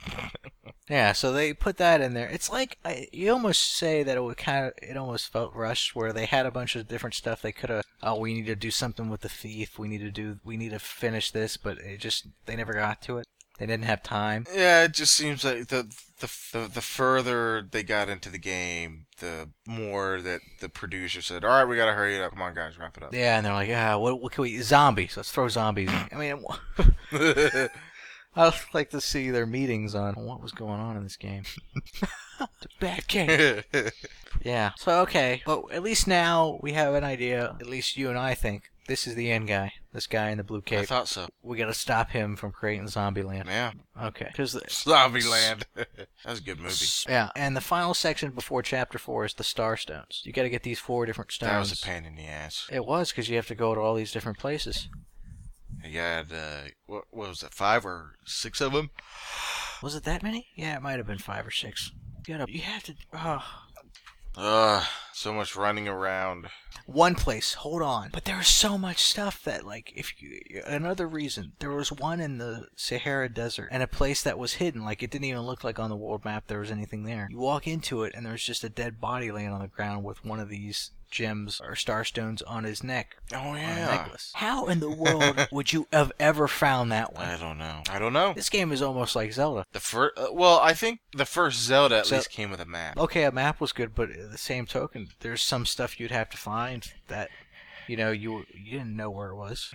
Yeah, so they put that in there. It's like I, you almost say that it would kind of it almost felt rushed, where they had a bunch of different stuff they could have. Oh, we need to do something with the thief. We need to do. We need to finish this, but it just they never got to it. They didn't have time.
Yeah, it just seems like the the the, the further they got into the game, the more that the producer said, "All right, we gotta hurry it up. Come on, guys, wrap it up."
Yeah, and they're like, ah, what, what can we? Zombies. Let's throw zombies. in." I mean, I'd like to see their meetings on what was going on in this game. it's a bad game. Yeah. So okay, but at least now we have an idea. At least you and I think this is the end guy. This guy in the blue
I
cape.
thought so.
we gotta stop him from creating Zombieland.
Yeah,
Okay. Because
Zombieland. that was a good movie.
yeah, and the final section before Chapter Four is the Star Stones. You gotta get these four different stones.
That was a pain in the ass.
It was because you have to go to all these different places.
I got uh, what, what was it, five or six of them?
Was it that many? Yeah, it might have been five or six. You gotta. You have to. Oh.
Ugh, so much running around.
one place hold on but there was so much stuff that like if you another reason there was one in the sahara desert and a place that was hidden like it didn't even look like on the world map there was anything there you walk into it and there's just a dead body laying on the ground with one of these gems or starstones on his neck
Oh
on a necklace how in the world would you have ever found that one
I don't know. I don't know.
this game is almost like zelda
The first, uh, well, I think the first Zelda at
So-
least came with a map.
okay, a map was good, but at the same token, there's some stuff you'd have to find that, you know, you you didn't know where it was.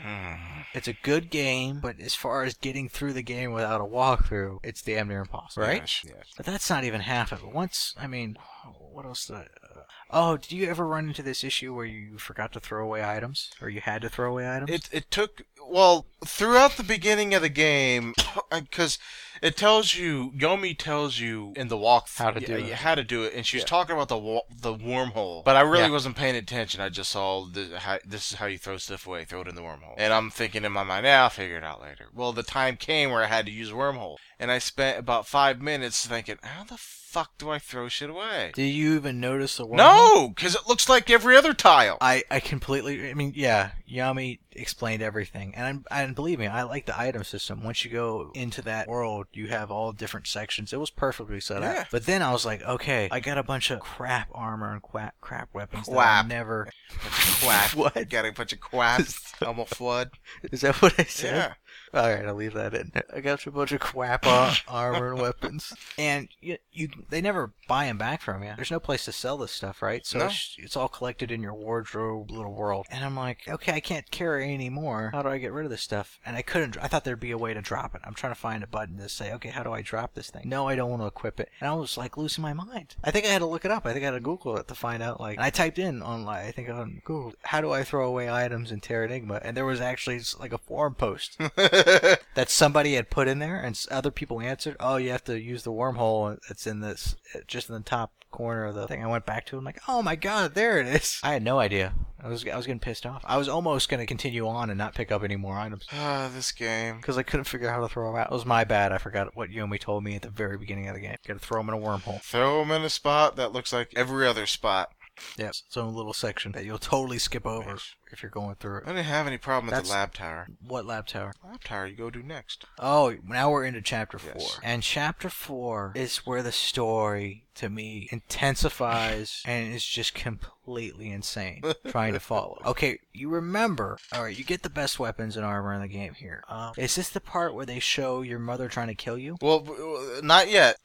It's a good game, but as far as getting through the game without a walkthrough, it's damn near impossible, right?
Yes, yes.
But that's not even half of it. Once, I mean, what else did I? Uh, oh, did you ever run into this issue where you forgot to throw away items, or you had to throw away items?
It it took well throughout the beginning of the game because it tells you Yomi tells you in the walkthrough
How to do
yeah,
it.
how to do it, and she's talking about the wa- the wormhole. But I really
Yeah.
wasn't paying attention. I just saw the, how, this is how you throw stuff away, throw it in the wormhole, and I'm thinking in my mind, "Ah, I'll figure it out later. Well, the time came where I had to use a wormhole, and I spent about five minutes thinking, how the fuck do I throw shit away?
Do you even notice the wormhole?
No, because it looks like every other tile.
I, I completely. I mean, yeah. Yami explained everything, and I'm, and believe me, I like the item system. Once you go into that world, you have all different sections. It was perfectly set
Yeah.
up. But then I was like, okay, I got a bunch of crap armor and quack, crap weapons. That
Quap.
I never.
Quack.
What?
Got a bunch of quaps. Elmo Flood.
Is that what I said?
Yeah.
All right, I'll leave that in. I got you a bunch of crap ar- armor and weapons, and you, you they never buy them back from you. There's no place to sell this stuff, right? So
No.
it's, it's all collected in your wardrobe, little world. And I'm like, okay, I can't carry any more. How do I get rid of this stuff? And I couldn't. I thought there'd be a way to drop it. I'm trying to find a button to say, okay, how do I drop this thing? No, I don't want to equip it. And I was like losing my mind. I think I had to look it up. I think I had to Google it to find out. Like, and I typed in on like I think on Google, how do I throw away items in Terranigma? And there was actually like a forum post that somebody had put in there, and s- other people answered, "Oh, you have to use the wormhole that's in this, uh, just in the top corner of the thing." I went back to it, I'm like, "Oh my god, there it is!" I had no idea. I was I was getting pissed off. I was almost gonna continue on and not pick up any more items
Ah, this game.
because I couldn't figure out how to throw them out. It was my bad. I forgot what Yomi told me at the very beginning of the game. Got to throw them in a wormhole.
Throw them in a spot that looks like every other spot.
Yeah, it's its own little section that you'll totally skip over if you're going
I
through it.
didn't have any problem with the
That's-
lab tower.
What lab tower?
Lab tower, you go do next.
Oh, now we're into chapter four.
Yes.
And chapter four is where the story, to me, intensifies and is just completely insane trying to follow. Okay, you remember. All right, you get the best weapons and armor in the game here. Um, is this the part where they show your mother trying to kill you?
Well, w- w- not yet.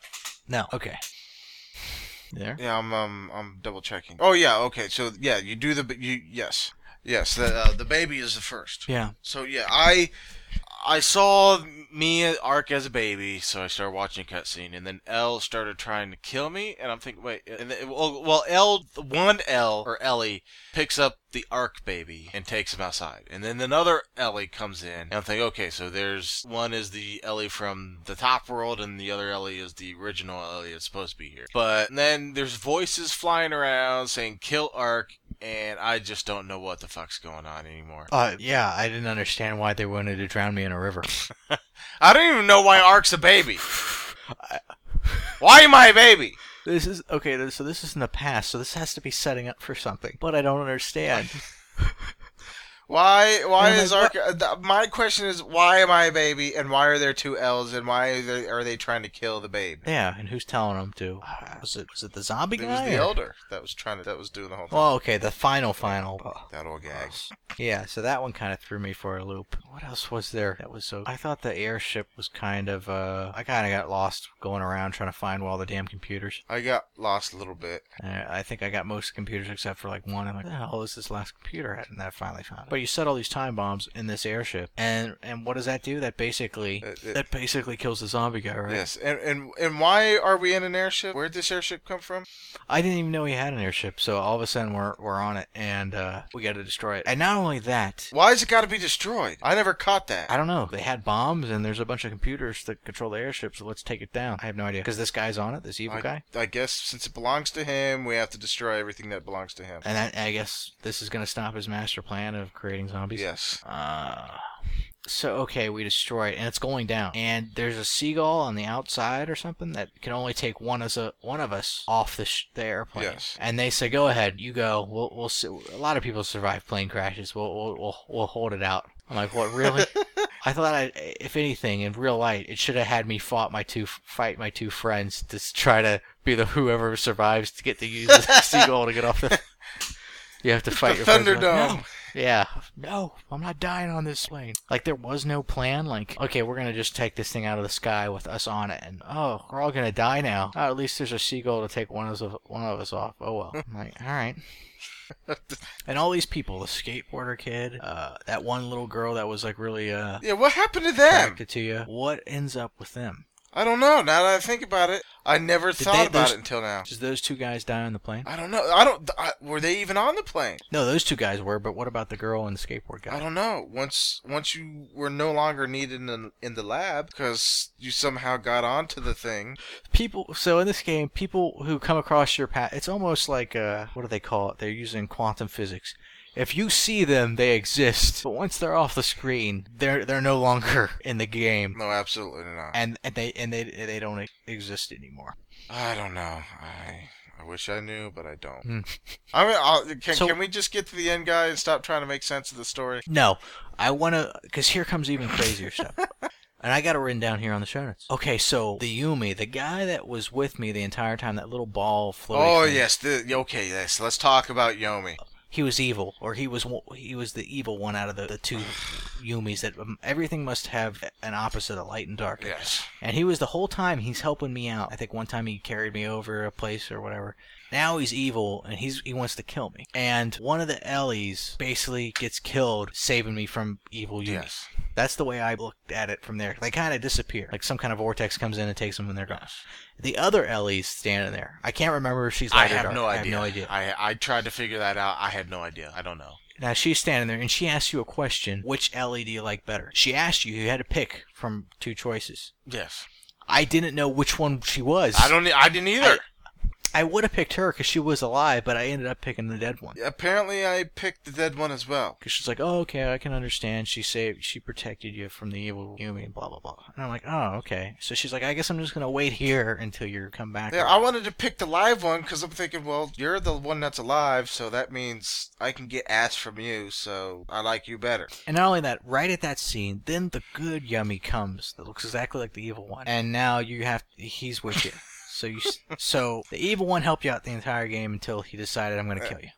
No. Okay. There.
Yeah, I'm um, I'm double checking. Oh yeah, okay. So yeah, you do the b- you yes yes the uh, the baby is the first.
Yeah.
So yeah, I I saw Mia arc as a baby, so I started watching a cutscene, and then L started trying to kill me, and I'm thinking, wait, and then, well, well, L one L or Ellie picks up the arc baby and takes him outside, and then another Ellie comes in, and I'm thinking, okay, so there's one is the Ellie from the top world, and the other Ellie is the original Ellie that's supposed to be here, but then there's voices flying around saying kill arc, and I just don't know what the fuck's going on anymore.
Uh, yeah, I didn't understand why they wanted to drown me in a river.
I don't even know why Ark's a baby. Why am I a baby?
This is okay. th- So this is in the past. So this has to be setting up for something. But I don't understand.
Why? Why
And I'm
is Ark?
like,
uh, th- My question is, why am I a baby, and why are there two L's, and why are they, are they trying to kill the babe?
Yeah, and who's telling them to? Was it was it the zombie
Uh, It was
guy?
the
or-
elder that was trying to that was doing the whole thing.
Well, okay, the final final.
that old gag.
Yeah, so that one kind of threw me for a loop. What else was there that was so? I thought the airship was kind of. uh I kind of got lost going around trying to find all the damn computers.
I got lost a little bit.
Uh, I think I got most computers except for like one. I'm like, "Where the hell is this last computer at? And then I finally found it. But you set all these time bombs in this airship, and and what does that do? That basically
Uh, It- it-
that basically kills the zombie guy, right?
Yes, and and and why are we in an airship? Where'd this airship come from?
I didn't even know he had an airship, so all of a sudden we're we're on it, and uh, we got to destroy it. And not only that,
Why has it got to be destroyed? I never caught that.
I don't know. They had bombs, and there's a bunch of computers that control the airship, so let's take it down. I have no idea because this guy's on it, this evil guy,
I, I guess since it belongs to him, we have to destroy everything that belongs to him.
and I, I guess this is gonna stop his master plan of creating zombies.
Yes.
Uh, so okay, we destroy it, and it's going down. And there's a seagull on the outside or something that can only take one as a one of us off the, sh- the airplane.
Yes.
And they say, "Go ahead, you go. We'll we'll su- a lot of people survive plane crashes. We'll we'll we'll, we'll hold it out." I'm like, "What really?" I thought, I, if anything, in real life, it should have had me fought my two fight my two friends to s- try to be the whoever survives to get to use the seagull to get off the. You have to fight
The
your friends. I'm like,
Thunderdome.
"No, yeah. No, I'm not dying on this plane. Like there was no plan. Like okay, we're gonna just take this thing out of the sky with us on it, and oh, we're all gonna die now. Oh, at least there's a seagull to take one of us, one of us off. Oh well. I'm like all right. and all these people, the skateboarder kid, uh, that one little girl that was like really uh
Yeah. What happened to them?
attracted to you. What ends up with them?
I don't know. Now that I think about it, I never
Did
thought
they-
about
those-
it until now.
Does those two guys die on the plane?
I don't know. I don't. I, were they even on the plane?
No, those two guys were. But what about the girl and the skateboard guy?
I don't know. Once once you were no longer needed in the, in the lab because you somehow got onto the thing.
people so in this game people who come across your path it's almost like uh what do they call it they're using quantum physics If you see them, they exist. But once they're off the screen, they're they're no longer in the game,
No, absolutely not.
and and they and they they don't e- exist anymore.
I don't know. I I wish I knew, but I don't.
Hmm.
I mean, I'll, can
So-
can we just get to the end, guy, and stop trying to make sense of the story?
No, I want to, because here comes even crazier stuff. And I got it written down here on the show notes. Okay, so the Yumi, the guy that was with me the entire time, that little ball floating.
Oh yes, the, okay, yes. Let's talk about Yomi.
he was evil, or he was one- he was the evil one out of the, the two Yumis. That um, everything must have an opposite of light and dark.
Yes.
And he was the whole time he's helping me out. I think one time he carried me over a place or whatever. Now he's evil and he's he wants to kill me. And one of the Ellie's basically gets killed, saving me from evil Yumi.
Yes.
That's the way I looked at it from there. They kind of disappear. Like some kind of vortex comes in and takes them, and they're gone. The other Ellie's standing there. I can't remember if she's.
I
light or
have
dark.
no idea.
I have no idea.
I I tried to figure that out. I had no idea. I don't know.
Now she's standing there, and she asks you a question: Which Ellie do you like better? She asked you. You had to pick from two choices.
Yes.
I didn't know which one she was.
I don't. e, I didn't either.
I would have picked her because she was alive, but I ended up picking the dead one.
Apparently, I picked the dead one as well.
Because she's like, oh, okay, I can understand. She saved, she protected you from the evil human, blah, blah, blah. And I'm like, oh, okay. So she's like, I guess I'm just going to wait here until you come back.
Yeah, I wanted to pick the live one because I'm thinking, well, you're the one that's alive, so that means I can get ass from you, so I like you better.
And not only that, right at that scene, then the good yummy comes that looks exactly like the evil one, and now you have he's with you. So you s- so the evil one helped you out the entire game until he decided I'm going to kill you.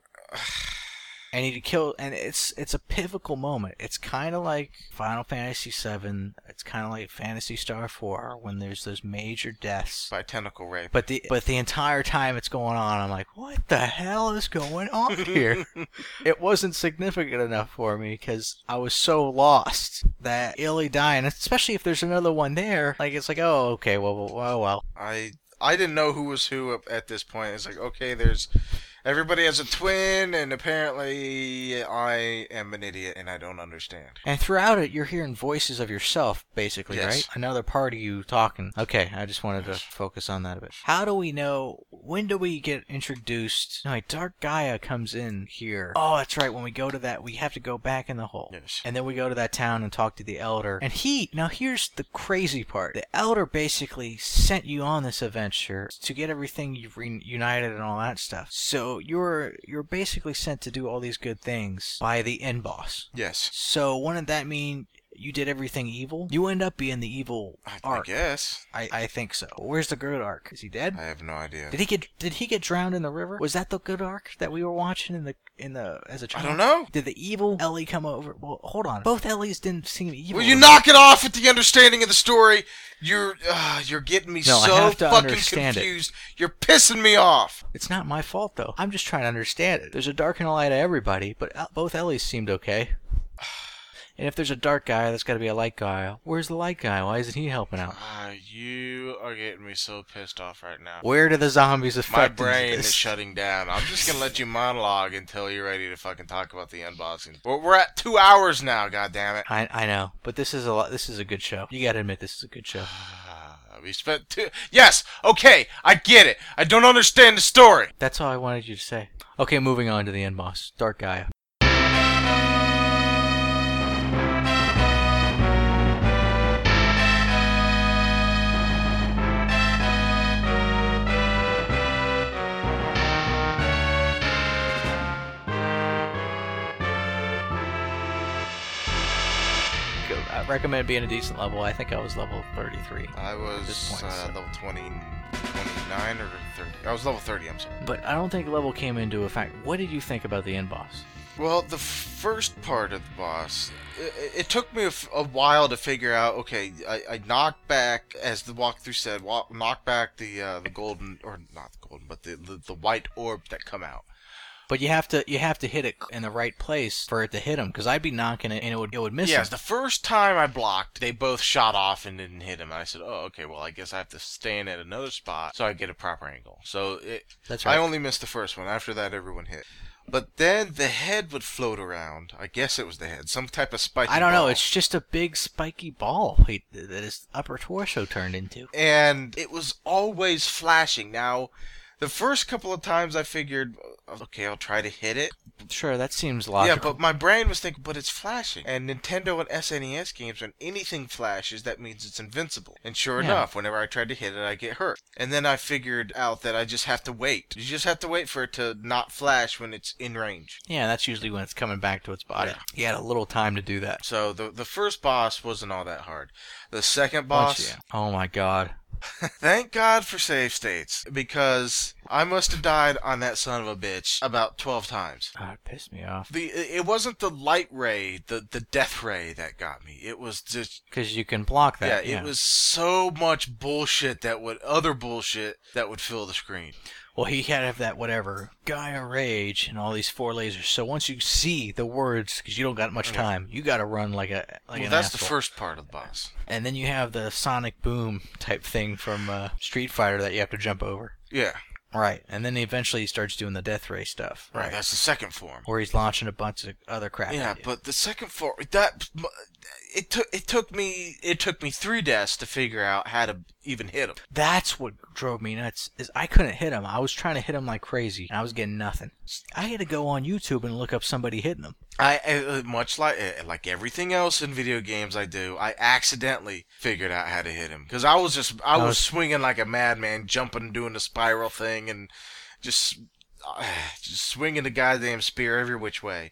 And he kill, and it's it's a pivotal moment. It's kind of like Final Fantasy VII. It's kind of like Fantasy Star Four when there's those major deaths.
By tentacle rape.
But the but the entire time it's going on, I'm like, what the hell is going on here? it wasn't significant enough for me because I was so lost that Illy dying, especially if there's another one there, like it's like, oh, okay, well, well, well, well.
I I didn't know who was who at- at this point. It's like okay, there's everybody has a twin, and apparently I am an idiot and I don't understand.
And throughout it, you're hearing voices of yourself, basically,
Yes.
right? Another part of you talking. Okay, I just wanted to focus on that a bit. How do we know? When do we get introduced? No, wait, Dark Gaia comes in here. Oh, that's right. When we go to that, we have to go back in the hole.
Yes.
And then we go to that town and talk to the elder. And he, now here's the crazy part. The elder basically sent you on this adventure to get everything you've reunited and all that stuff. So you're you're basically sent to do all these good things by the end boss.
Yes,
So wouldn't that mean you did everything evil? You end up being the evil
I, I
arc.
guess
I, I think so. Where's the good arc? Is he dead?
I have no idea.
Did he get did he get drowned in the river? Was that the good arc that we were watching in the in the as a
I
child?
don't know.
Did the evil Ellie come over? Well, hold on. Both Ellies didn't seem evil.
Will you knock it off at the understanding of the story? You're uh, you're getting me
No, I
so
have to
fucking
understand it.
confused. You're pissing me off.
It's not my fault though. I'm just trying to understand it. There's a dark and a light to everybody, but El- both Ellies seemed okay. And if there's a dark guy, that's got to be a light guy. Where's the light guy? Why isn't he helping out?
Ah, you are getting me so pissed off right now.
Where do the zombies affect
My brain
this?
is shutting down. I'm just gonna let you monologue until you're ready to fucking talk about the unboxing. We're, we're at two hours now. God damn it.
I I know, but this is a lot. This is a good show. You gotta admit, this is a good show.
Ah, we spent two. Yes. Okay. I get it. I don't understand the story.
That's all I wanted you to say. Okay, moving on to the end boss, Dark Gaia. Go- I recommend being a decent level. I think I was level 33.
I
This
was
point,
uh,
so-
level 20, 29 or 30. I was level 30. I'm sorry.
But I don't think level came into effect. What did you think about the end boss?
Well, the first part of the boss, it, it took me a, f- a while to figure out. Okay, I, I knocked back, as the walkthrough said, walk, knocked back the uh, the golden, or not the golden, but the, the the white orb that come out.
But you have to you have to hit it in the right place for it to hit him. Because I'd be knocking it and it would it would miss
Yes,
him.
the first time I blocked, they both shot off and didn't hit him. And I said, "Oh, okay. Well, I guess I have to stand at another spot so I get a proper angle." So it,
That's right.
I only missed the first one. After that, everyone hit. But then the head would float around. I guess it was the head, some type of spiky.
I don't know.
ball.
It's just a big spiky ball he- that his upper torso turned into.
and it was always flashing. Now, The first couple of times I figured, okay, I'll try to hit it.
Sure, that seems
Yeah,
logical.
but my brain was thinking, but it's flashing. And Nintendo and SNES games, when anything flashes, that means it's invincible. And sure
Yeah.
enough, whenever I tried to hit it, I get hurt. And then I figured out that I just have to wait. You just have to wait for it to not flash when it's in range.
yeah, that's usually when it's coming back to its body.
Yeah.
He had a little time to do that.
So the the first boss wasn't all that hard. The second boss,
Once you- Oh my god.
Thank God for save states because I must have died on that son of a bitch about 12 times.
Ah, it pissed me off.
The it wasn't the light ray, the the death ray that got me. It was just
Because you can block
yeah,
that.
it was so much bullshit that would other bullshit that would fill the screen.
Well, he had to have that whatever Gaia Rage and all these four lasers. So once you see the words, because you don't got much time, you got to run like a like
Mm-hmm. well,
an
that's the
asshole.
first part of the boss.
And then you have the sonic boom type thing from uh, Street Fighter that you have to jump over.
Yeah,
Right. And then eventually he starts doing the death ray stuff.
right. That's the second form.
Where he's launching a bunch of other crap.
Yeah,
at you.
but the second form that it took it took me it took me three deaths to figure out how to even hit him.
that's what drove me nuts. Is I couldn't hit him. I was trying to hit him like crazy, and I was getting nothing. I had to go on YouTube and look up somebody hitting him.
I uh, much like uh, like everything else in video games I do, I accidentally figured out how to hit him because I was just I
No,
was
it's-
swinging like a madman, jumping, doing the spiral thing, and just uh, just swinging the goddamn spear every which way.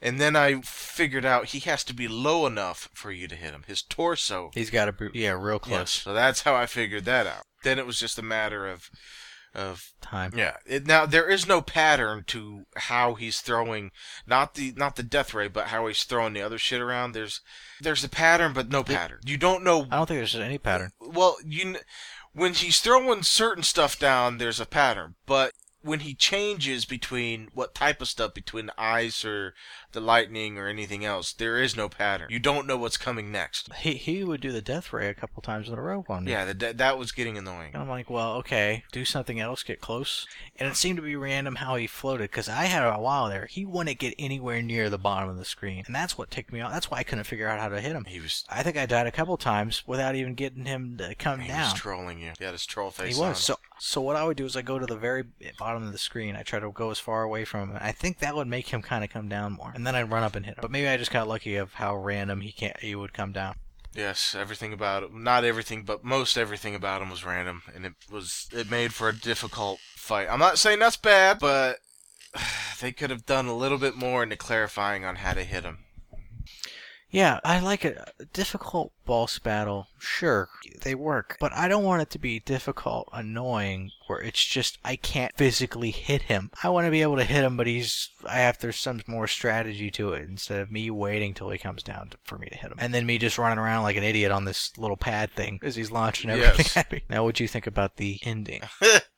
And then I figured out he has to be low enough for you to hit him. His torso.
He's got to yeah, real close
Yes. So that's how I figured that out. Then it was just a matter of of
time.
yeah. It, now there is no pattern to how he's throwing not the not the death ray, but how he's throwing the other shit around. There's there's a pattern, but no pattern. You don't know.
I don't think there's any pattern.
Well, you kn- when he's throwing certain stuff down, there's a pattern, but when he changes between what type of stuff between the ice or the lightning or anything else, there is no pattern. You don't know what's coming next.
He he would do the death ray a couple times in a row on me.
Yeah, that that was getting annoying.
And I'm like, well, okay, do something else, get close. And it seemed to be random how he floated, because I had a while there. He wouldn't get anywhere near the bottom of the screen, and that's what ticked me off. That's why I couldn't figure out how to hit him.
He was
I think I died a couple times without even getting him to come
he was
down.
trolling you. He had his troll face.
He
on.
was. So, so what I would do is I go to the very bottom of the screen. I try to go as far away from him. I think that would make him kind of come down more, and then I'd run up and hit him. But maybe I just got lucky of how random he can he would come down.
Yes, everything about it. Not everything, but most everything about him was random, and it was it made for a difficult fight. I'm not saying that's bad, but they could have done a little bit more into clarifying on how to hit him.
Yeah, I like a a difficult boss battle. Sure, they work, but I don't want it to be difficult, annoying, where it's just I can't physically hit him. I want to be able to hit him, but he's I have there's some more strategy to it instead of me waiting till he comes down to, for me to hit him, and then me just running around like an idiot on this little pad thing as he's launching everything
Yes.
at me. Now, what do you think about the ending?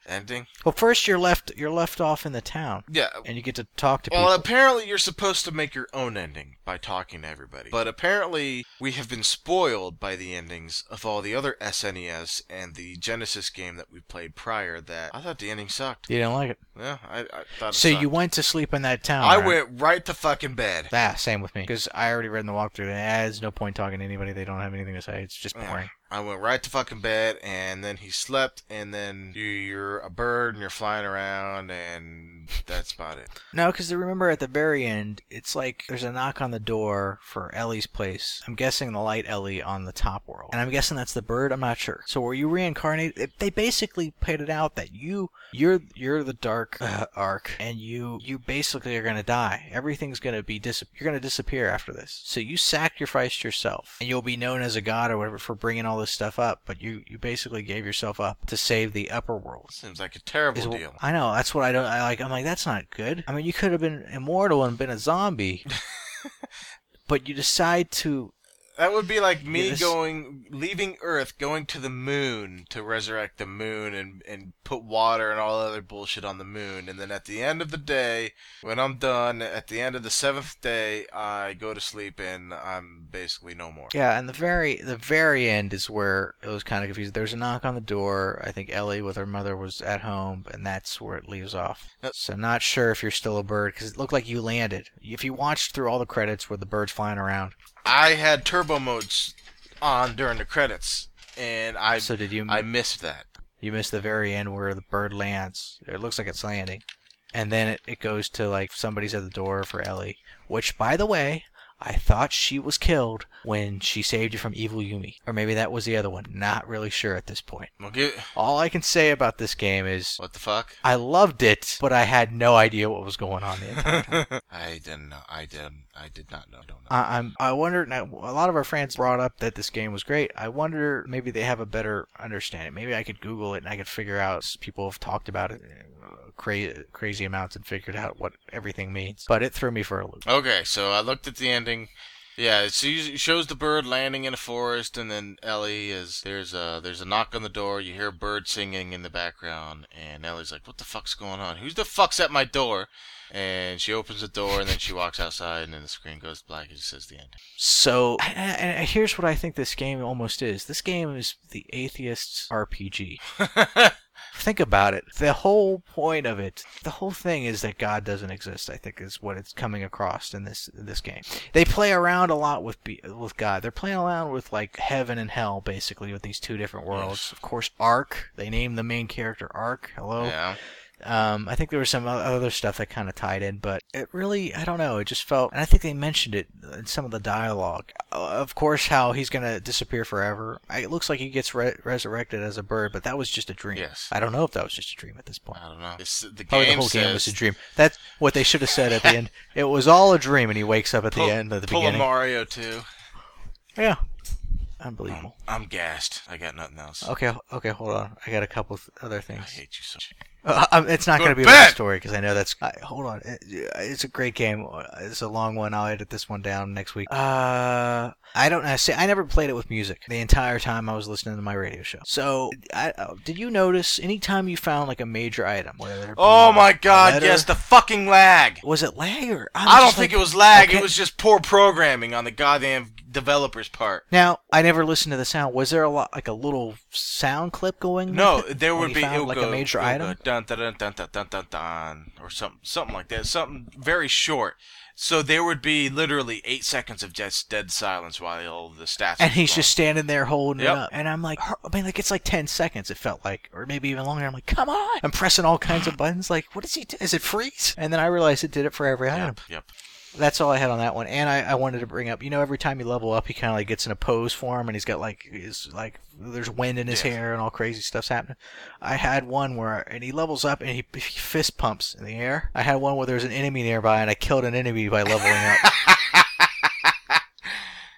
Ending.
Well, first you're left you're left off in the town,
Yeah.
and you get to talk to people.
Well, apparently you're supposed to make your own ending by talking to everybody. But apparently we have been spoiled by the endings of all the other SNES and the Genesis game that we played prior. That I thought the ending sucked.
you didn't like it,
Yeah, I, I thought. It
so
sucked.
you went to sleep in that town.
I
right?
went right to fucking bed.
Ah, same with me. Because I already read in the walkthrough that ah, there's no point talking to anybody. They don't have anything to say. It's just
Yeah.
boring.
I went right to fucking bed, and then he slept, and then you- you're a bird and you're flying around, and that's about it.
No, because remember at the very end, it's like there's a knock on the door for Ellie's place. I'm guessing the light Ellie on the top world. And I'm guessing that's the bird. I'm not sure. So were you reincarnated? It- They basically played it out that you, you're, you're the dark uh, arc, and you, you basically are gonna die. Everything's gonna be dis. You're gonna disappear after this. So you sacrificed yourself, and you'll be known as a god or whatever for bringing all this stuff up. But you, you basically gave yourself up to save the upper world
Seems like a terrible
is wh-
deal.
I know that's what I don't. I like. I'm like that's not good. I mean, you could have been immortal and been a zombie, but you decide to.
That would be like me
Yeah, this-
going, leaving Earth, going to the moon to resurrect the moon and, and put water and all other bullshit on the moon. And then at the end of the day, when I'm done, at the end of the seventh day, I go to sleep and I'm basically no more.
Yeah, and the very the very end is where it was kind of confused. There's a knock on the door. I think Ellie with her mother was at home, and that's where it leaves off.
Yep.
So not sure if you're still a bird because it looked like you landed. If you watched through all the credits where the birds flying around,
I had turbo modes on during the credits, and I
so did you?
I missed that.
You miss the very end where the bird lands. It looks like it's landing. And then it, it goes to like somebody's at the door for Ellie. Which, by the way, I thought she was killed when she saved you from evil Yumi. Or maybe that was the other one. Not really sure at this point.
Well, get,
All I can say about this game is
what the fuck?
I loved it, but I had no idea what was going on. The entire
I didn't know. I didn't. I did not know. I don't know.
I, I'm. I wonder. Now, a lot of our friends brought up that this game was great. I wonder maybe they have a better understanding. Maybe I could Google it and I could figure out. People have talked about it uh, cra- crazy amounts and figured out what everything means. But it threw me for a loop.
Okay, so I looked at the ending. Yeah, it sees- it shows the bird landing in a forest, and then Ellie is there's a there's a knock on the door. You hear a bird singing in the background, and Ellie's like, "What the fuck's going on? Who's the fuck's at my door?" And she opens the door, and then she walks outside, and then the screen goes black. and It says the end.
So, and, and and here's what I think this game almost is. This game is the atheist's RPG. Think about it. The whole point of it, the whole thing is that God doesn't exist. I think is what it's coming across in this in this game. They play around a lot with be- with God. They're playing around with like heaven and hell, basically, with these two different worlds. Of course, Ark. They named the main character Ark. Hello.
Yeah.
Um, I think there was some o- other stuff that kind of tied in, but it really, I don't know, it just felt, and I think they mentioned it in some of the dialogue. Uh, of course, how he's going to disappear forever. I, it looks like he gets re- resurrected as a bird, but that was just a dream.
Yes.
I don't know if that was just a dream at this point.
I don't know. It's, the game
Probably the whole
says,
game was a dream. That's what they should have said at the end. It was all a dream, and he wakes up at
Pull-
the end of the
pull a
beginning.
Mario too.
Yeah. Unbelievable.
I'm gassed. I got nothing else.
Okay, okay, hold on. I got a couple th- other
I
things.
hate you so much.
Uh, um, it's not
Go
going to
to
be a bad
bed.
story because I know that's. I, hold on, It- it's a great game. It's a long one. I'll edit this one down next week. Uh, I don't know. See, I never played it with music the entire time I was listening to my radio show. So, I, uh, did you notice anytime you found like a major item? Whether it be
Oh
a
my god,
letter-
yes, the fucking lag.
was it lag or I'm
I don't
just
think
like-
it was lag.
okay.
It was just poor programming on the goddamn developer's part.
Now I never listened to the sound. Was there a lot like a little sound clip going?
No,
with it
there
when
would
you
be
found,
it'll
like
go-
a major
it'll
item.
go dun, dun, dun, dun, dun, dun, dun, dun, or something, something like that. Something very short. So there would be literally eight seconds of just dead silence while the stats.
And
was
he's
going.
just standing there holding
Yep.
it up. And I'm like, I mean, like, it's like 10 seconds, it felt like, or maybe even longer. I'm like, come on. I'm pressing all kinds of buttons. Like, what is he do? Is it freeze? And then I realized it did it for every item.
Yep, yep.
That's all I had on that one. And I, I wanted to bring up, you know, every time you level up, he kind of like gets in a pose form and he's got like, is like, there's wind in his
Yes.
hair and all crazy stuff's happening. I had one where, and he levels up and he, he fist pumps in the air. I had one where there was an enemy nearby and I killed an enemy by leveling up.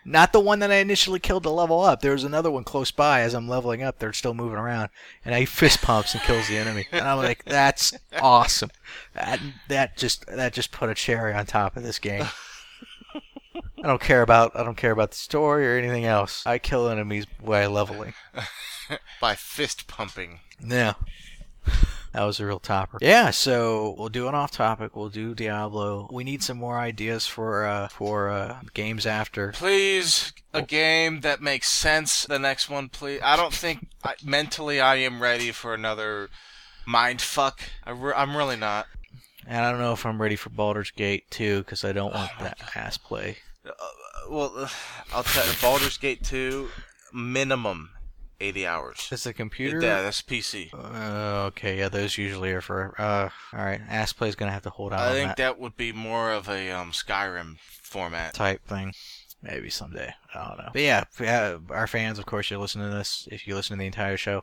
Not the one that I initially killed to level up. There was another one close by as I'm leveling up. They're still moving around. And I fist pumps and kills the enemy. And I'm like, that's awesome. That, that just that just put a cherry on top of this game. I don't care about I don't care about the story or anything else. I kill enemies by leveling.
By fist pumping.
Yeah. That was a real topper. Yeah, so we'll do an off topic. We'll do Diablo. We need some more ideas for uh for uh games after.
Please, a game that makes sense. The next one, please. I don't think I, mentally I am ready for another mind fuck. I re- I'm really not.
And I don't know if I'm ready for Baldur's Gate 2 cuz I don't want that ass play.
Well, uh, I'll tell you, Baldur's Gate 2, minimum 80 hours.
Is the
Yeah,
computer
that's PC.
Uh, okay, yeah, those usually are for uh all right, ass play's going to have to hold out
I
on
think
that
that would be more of a um, Skyrim format.
type thing. Maybe someday. I don't know. But yeah, f- yeah, our fans, of course, you're listening to this. If you listen to the entire show,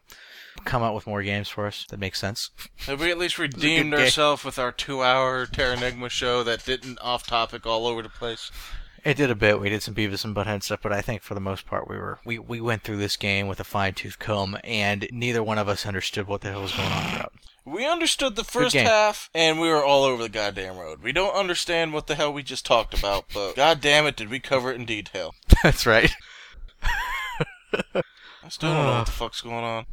come out with more games for us. That makes sense.
Have we at least redeemed
game.
ourselves with our two-hour Terranigma show that didn't off-topic all over the place?
It did a bit. We did some Beavis and Butthead stuff, but I think for the most part, we were we, we went through this game with a fine tooth comb, and neither one of us understood what the hell was going on. Throughout.
We understood the first
game.
half, and we were all over the goddamn road. We don't understand what the hell we just talked about, but goddamn it, did we cover it in detail?
That's right.
I still don't know
Uh.
what the fuck's going on.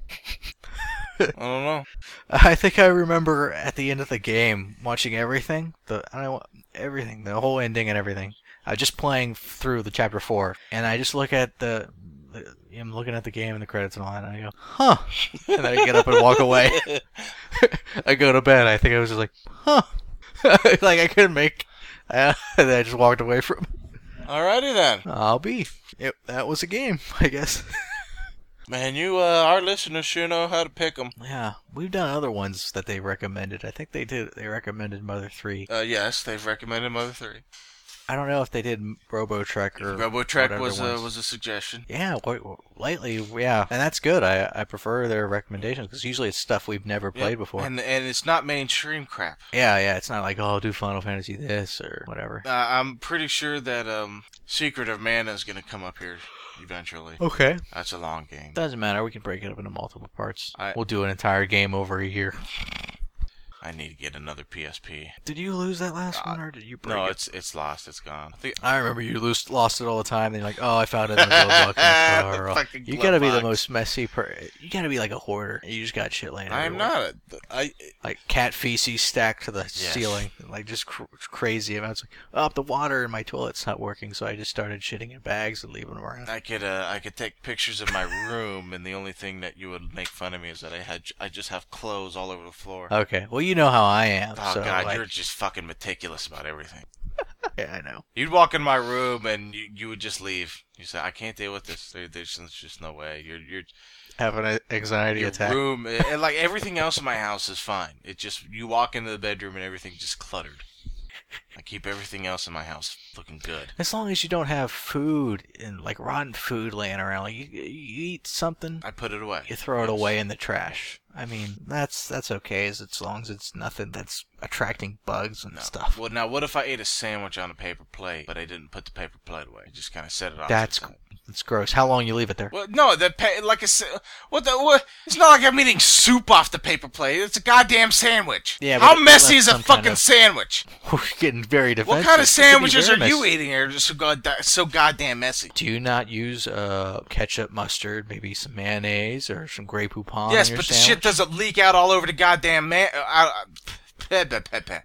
I don't know.
I think I remember at the end of the game watching everything, the I don't know, everything, the whole ending and everything. I was just playing through the chapter four, and I just look at the, the I'm looking at the game and the credits and all that, and I go, huh, and then I get up and walk away. I go to bed. I think I was just like, huh, like I couldn't make. Uh, and then I just walked away from.
Alrighty then.
I'll be. Yep, that was a game, I guess.
Man, you uh, our listeners sure know how to pick 'em.
Yeah, we've done other ones that they recommended. I think they did. They recommended Mother Three.
Uh, yes, they've recommended Mother Three.
I don't know if they did Robo Trek or
RoboTrek
whatever
was a
ones.
was a suggestion.
Yeah, wait, wait, lately, yeah, and that's good. I I prefer their recommendations because usually it's stuff we've never played
Yep.
before.
and and it's not mainstream crap.
yeah, yeah, it's not like oh, do Final Fantasy this or whatever.
Uh, I'm pretty sure that um, Secret of Mana is gonna come up here eventually.
Okay,
That's a long game.
doesn't matter. We can break it up into multiple parts.
I-
We'll do an entire game over a year.
I need to get another PSP.
Did you lose that last one or did you break
Uh, No,
it?
it's it's lost. It's gone. I think
I remember you lose, lost it all the time. Then you're like, oh, I found it in the glove box. in the
The
car.
fucking
you
glove
gotta be the
box.
most messy. Per- you gotta be like a hoarder. You just got shit laying.
I'm
everywhere.
not. A, I
Like cat feces stacked to the ceiling, like just cr- crazy amounts. Like, oh, the water in my toilet's not working, so I just started shitting in bags and leaving them around.
I could uh, I could take pictures of my room, and the only thing that you would make fun of me is that I had I just have clothes all over the floor.
Okay, well you know how I am.
oh
Uh, so,
God,
like-
you're just fucking meticulous about everything.
yeah, I know.
You'd walk in my room, and you, you would just leave. You say, I can't deal with this. There, there's just- just no way. Your your
Have an uh, anxiety
your
attack.
room, eh, and like everything else in my house is fine. It just you walk into the bedroom, and everything's just cluttered. I keep everything else in my house looking good.
As long as you don't have food and like rotten food laying around, like you, you eat something,
I put it away.
you throw it
Yes.
away in the trash. I mean, that's that's okay as, as long as it's nothing that's attracting bugs and
No.
stuff.
Well, now what if I ate a sandwich on a paper plate, but I didn't put the paper plate away? I just kind of set it off. to
That's
the side.
it's gross. How long you leave it there?
Well, no, that pa- like a sa- what the what? It's not like I'm eating soup off the paper plate. It's a goddamn sandwich.
Yeah, but
How
it
messy
left
is a
some
fucking
kind of-
sandwich?
We're getting very defensive.
What kind of
It could be
sandwiches are
very
you
messy.
eating? Are just so god so goddamn messy.
Do you not use uh, ketchup, mustard, maybe some mayonnaise or some Grey Poupon?
yes,
in your
but the shit
sandwich?
doesn't leak out all over the goddamn man. Uh, I- I- pe- pe- pe- pe.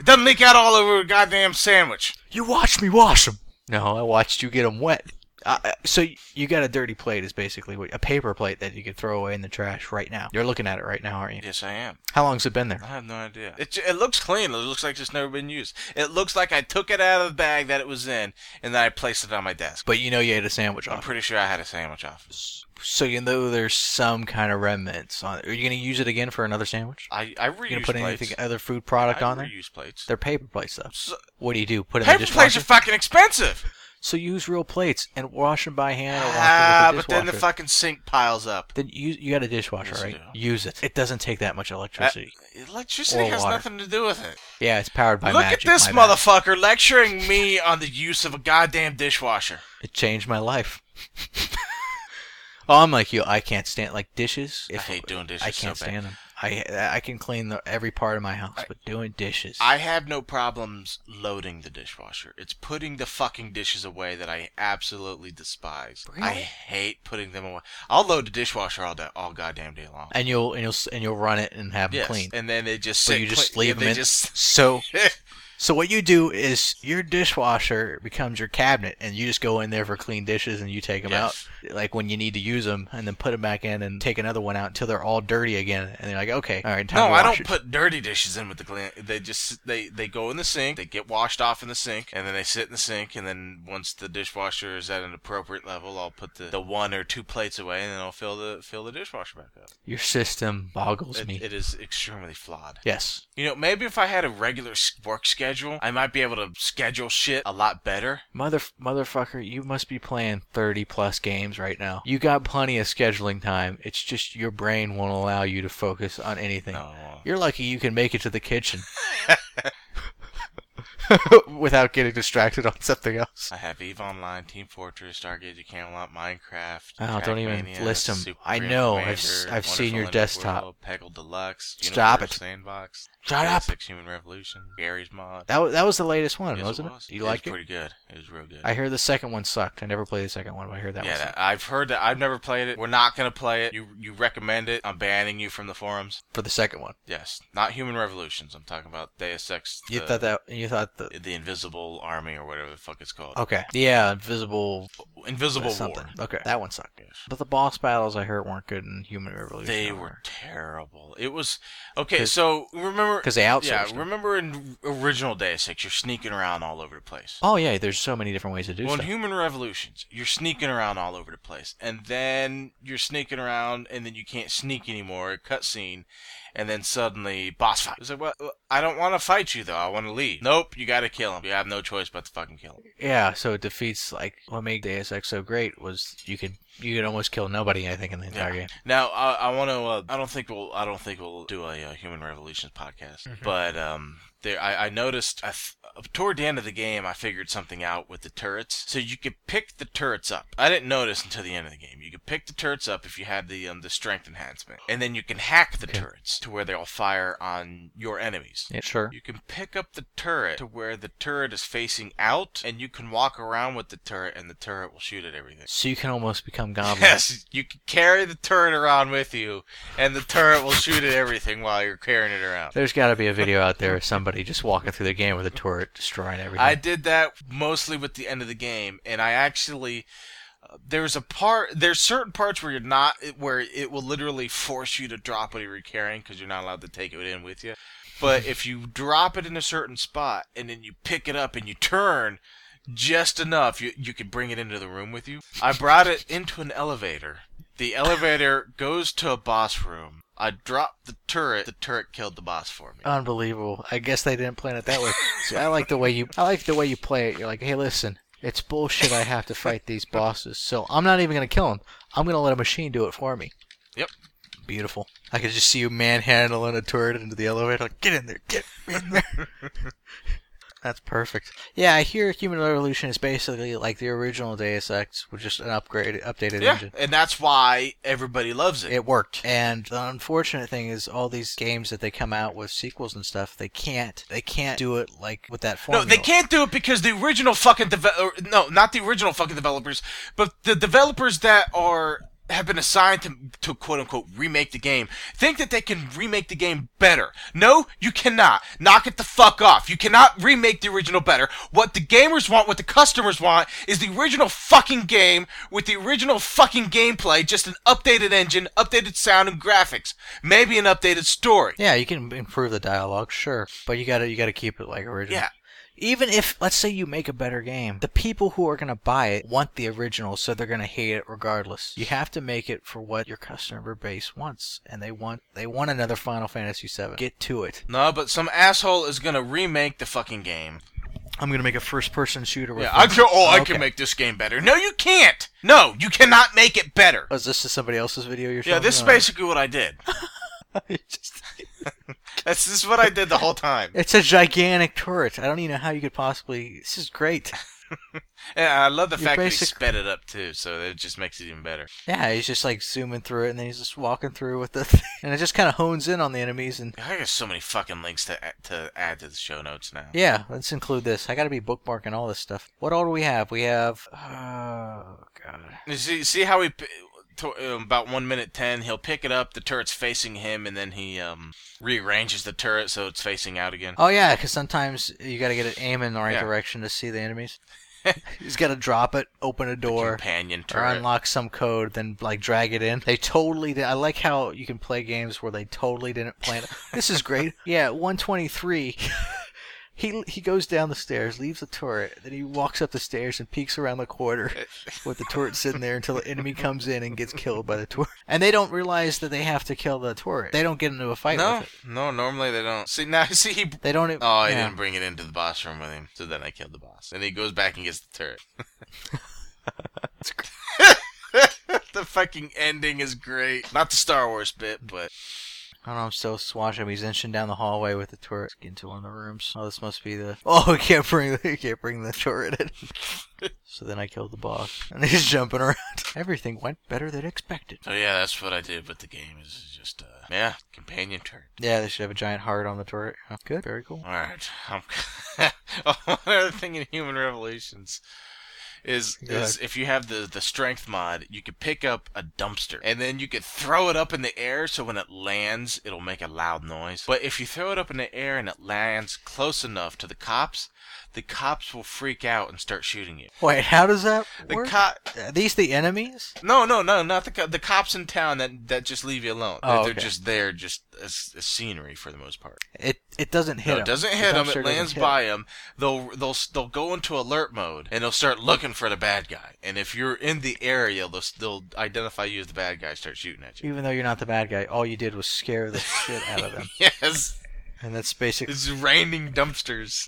It doesn't leak out all over a goddamn sandwich.
You watched me wash them. No, I watched you get them wet. Uh, uh, so y- you got a dirty plate is basically what, a paper plate that you could throw away in the trash right now. You're looking at it right now, aren't you?
Yes, I am.
How long's it been there?
I have no idea. It, ju- it looks clean. It looks like it's never been used. It looks like I took it out of the bag that it was in, and then I placed it on my desk.
But you know you ate a sandwich
I'm
off. it.
pretty sure I had a sandwich off.
So you know there's some kind of remnants on it. Are you gonna use it again for another sandwich?
I I
Are
reuse
you gonna put
plates.
anything other food product
I
on there?
reuse plates.
They're paper plates though.
So-
what do you do? Put it in the
Paper plates
dishwasher.
are fucking expensive.
so use real plates and wash them by hand or wash 'em
Ah,
with
but
the
then the
dishwasher.
fucking sink piles up.
Then you you got a dishwasher,
Yes, I
right?
do.
Use it. It doesn't take that much electricity.
Uh, Electricity
Or
has
water.
nothing to do with it.
yeah, it's powered by
Look
magic.
at this
my bad.
motherfucker lecturing me on the use of a goddamn dishwasher.
It changed my life. oh, I'm like you. I can't stand like dishes.
I hate doing dishes
I can't
so bad.
stand them. I I can clean the, every part of my house, but doing dishes.
I have no problems loading the dishwasher. It's putting the fucking dishes away that I absolutely despise. I
Really?
hate putting them away. I'll load the dishwasher all day, all goddamn day long.
and you'll and you'll s- and you'll run it and have them
yes,
clean.
and then they just
So
sit
you just
clean-
leave
and
them
they
in.
just
So so what you do is your dishwasher becomes your cabinet, and you just go in there for clean dishes, and you take them
Yes.
out like when you need to use them, and then put them back in, and take another one out until they're all dirty again, and they're like, okay, all right, time
No,
to
I
wash
don't
it.
put dirty dishes in with the clean. They just they they go in the sink, they get washed off in the sink, and then they sit in the sink. And then once the dishwasher is at an appropriate level, I'll put the, the one or two plates away, and then I'll fill the fill the dishwasher back up.
Your system boggles
It,
me.
it is extremely flawed.
yes.
You know, maybe if I had a regular s- work schedule, I might be able to schedule shit a lot better.
Mother, motherfucker, you must be playing 30 plus games right now. You got plenty of scheduling time. It's just your brain won't allow you to focus on anything.
No.
You're lucky you can make it to the kitchen without getting distracted on something else.
I have Eve Online, Team Fortress, Stargate, Camelot, Minecraft.
Oh, don't even
Trackmania,
list 'em.
Super
I
Grand
know, I've s-
Commander,
I've seen your
Wonderful Underworld,
desktop.
Peggle Deluxe.
Stop
Universe
it.
Sandbox.
Shut up.
Six Human Revolution. Gary's Mod.
That, wa- that was the latest one,
Yes,
wasn't it?
was.
You liked
was
it?
Pretty good. It was real good.
I hear the second one sucked. I never played the second one, but I heard that
yeah,
one
that,
sucked.
I've heard that. I've never played it. We're not gonna play it. You you recommend it? I'm banning you from the forums.
For the second one.
Yes, not Human Revolutions. I'm talking about Deus Ex.
You
the-
thought that, you thought the,
the Invisible Army or whatever the fuck it's called.
okay. Yeah, invisible
Invisible War.
Oh, something. Okay, that one sucked. But the boss battles I heard weren't good in Human Revolution.
They were terrible. It was okay. So remember,
because they outsourced.
yeah,
them.
remember in original Deus Ex, you're sneaking around all over the place.
Oh yeah, there's so many different ways to do
Well, in
stuff.
Human Revolutions, you're sneaking around all over the place, and then you're sneaking around, and then you can't sneak anymore. Cutscene, and then suddenly boss fight. It's like, well, I don't want to fight you though. I want to leave. Nope, you got to kill him. You have no choice but to fucking kill him.
yeah, so it defeats like what made Deus Ex so great was you could you could almost kill nobody. I think in the entire game.
Now I, I want to. Uh, I don't think we'll. I don't think we'll do a uh, Human Revolutions podcast. But um, there I, I noticed. I f- toward the end of the game, I figured something out with the turrets. So you could pick the turrets up. I didn't notice until the end of the game. You could pick the turrets up if you had the um, the strength enhancement, and then you can hack the turrets to where they'll fire on your enemies.
Yeah, sure.
You can pick up the turret to where the turret is facing out, and you can walk around with the turret, and the turret will shoot at everything.
So you can almost become goblins.
Yes, you can carry the turret around with you, and the turret will shoot at everything while you're carrying it around.
There's got to be a video out there of somebody just walking through the game with a turret destroying everything.
I did that mostly with the end of the game, and I actually uh, there's a part there's certain parts where you're not where it will literally force you to drop what you're carrying because you're not allowed to take it in with you. But if you drop it in a certain spot and then you pick it up and you turn just enough, you you can bring it into the room with you. I brought it into an elevator. The elevator goes to a boss room. I dropped the turret. The turret killed the boss for
Oh,
me.
Unbelievable. I guess they didn't plan it that way. See, I like the way you I like the way you play it. You're like, hey, listen, it's bullshit. I have to fight these bosses, so I'm not even gonna kill them. I'm gonna let a machine do it for me.
Yep.
Beautiful. I could just see you manhandling a turret into the elevator. Like, get in there, get in there. That's perfect. Yeah, I hear Human Revolution is basically like the original Deus Ex with just an upgraded, updated
Yeah,
engine.
and that's why everybody loves it.
It worked. And the unfortunate thing is all these games that they come out with sequels and stuff, they can't they can't do it like with that
No,
formula.
they can't do it because the original fucking deve- or, no, not the original fucking developers, but the developers that are have been assigned to to quote unquote remake the game think that they can remake the game better. No, you cannot. Knock it the fuck off. You cannot remake the original better. What the gamers want, what the customers want, is the original fucking game with the original fucking gameplay, just an updated engine, updated sound and graphics, maybe an updated story.
Yeah, you can improve the dialogue, sure, but you gotta you gotta keep it like original.
Yeah.
Even if let's say you make a better game, the people who are gonna buy it want the original, so they're gonna hate it regardless. You have to make it for what your customer base wants, and they want they want another Final Fantasy VII. Get to it.
No, but some asshole is gonna remake the fucking game.
I'm gonna make a first-person shooter. With
Yeah, I can. Oh, I
Okay.
can make this game better. No, you can't. No, you cannot make it better.
Oh, is this just somebody else's video you're
Yeah,
showing
this is
me?
basically what I did.
Just-
That's this is what I did the whole time.
It's a gigantic turret. I don't even know how you could possibly. This is great.
And I love the
Your
fact
basic-
that they sped it up too, so that it just makes it even better.
Yeah, he's just like zooming through it, and then he's just walking through with the, thing. and it just kind of hones in on the enemies. And
I got so many fucking links to add- to add to the show notes now.
yeah, let's include this. I got to be bookmarking all this stuff. What all do we have? We have. Oh god.
You see, see how he p- to, um, about one minute ten, he'll pick it up. The turret's facing him, and then he um rearranges the turret so it's facing out again.
Oh yeah, because sometimes you got to get it aim in the right
Yeah.
direction to see the enemies. he's got to drop it, open a door.
Companion
or
turret.
unlock some code, then like drag it in. They totally did. I like how you can play games where they totally didn't plan it. This is great. Yeah, 123. He, he goes down the stairs, leaves the turret, then he walks up the stairs and peeks around the corner with the turret sitting there until the enemy comes in and gets killed by the turret. And they don't realize that they have to kill the turret. They don't get into a fight
no,
with it.
no. Normally they don't. See now, see he
They don't. e-
Oh, I
yeah.
didn't bring it into the boss room with him. So then I killed the boss. And he goes back and gets the turret. the fucking ending is great. Not the Star Wars bit, but
I don't know, I'm still swatching. He's inching down the hallway with the turret into one of the rooms. Oh, this must be the. Oh, we can't bring we can't bring the turret in. so then I killed the boss, and he's jumping around. Everything went better than expected.
so oh yeah, that's what I did with the game. Is just uh, yeah, companion turret.
Yeah, they should have a giant heart on the turret. Huh, Good, very cool.
All right. I'm... oh, one other thing in Human Revolutions is,
Go ahead.
is if you have the the strength mod, you could pick up a dumpster and then you could throw it up in the air so when it lands, it'll make a loud noise. But if you throw it up in the air and it lands close enough to the cops, the cops will freak out and start shooting you.
Wait, how does that
The
work?
cop
Are these the enemies?
no, no, no, not the co- the cops in town that that just leave you alone.
Oh,
they're
okay.
just there, just as, as scenery for the most part.
It it doesn't hit
No,
'em.
it doesn't
The
hit them.
dumpster
It
doesn't
lands
hit 'em.
by them. They'll they'll they'll go into alert mode and they'll start looking for the bad guy. And if you're in the area, they'll they'll identify you as the bad guy, and start shooting at you.
Even though you're not the bad guy, all you did was scare the shit out of them,
Yes,
and that's basically
it's raining dumpsters.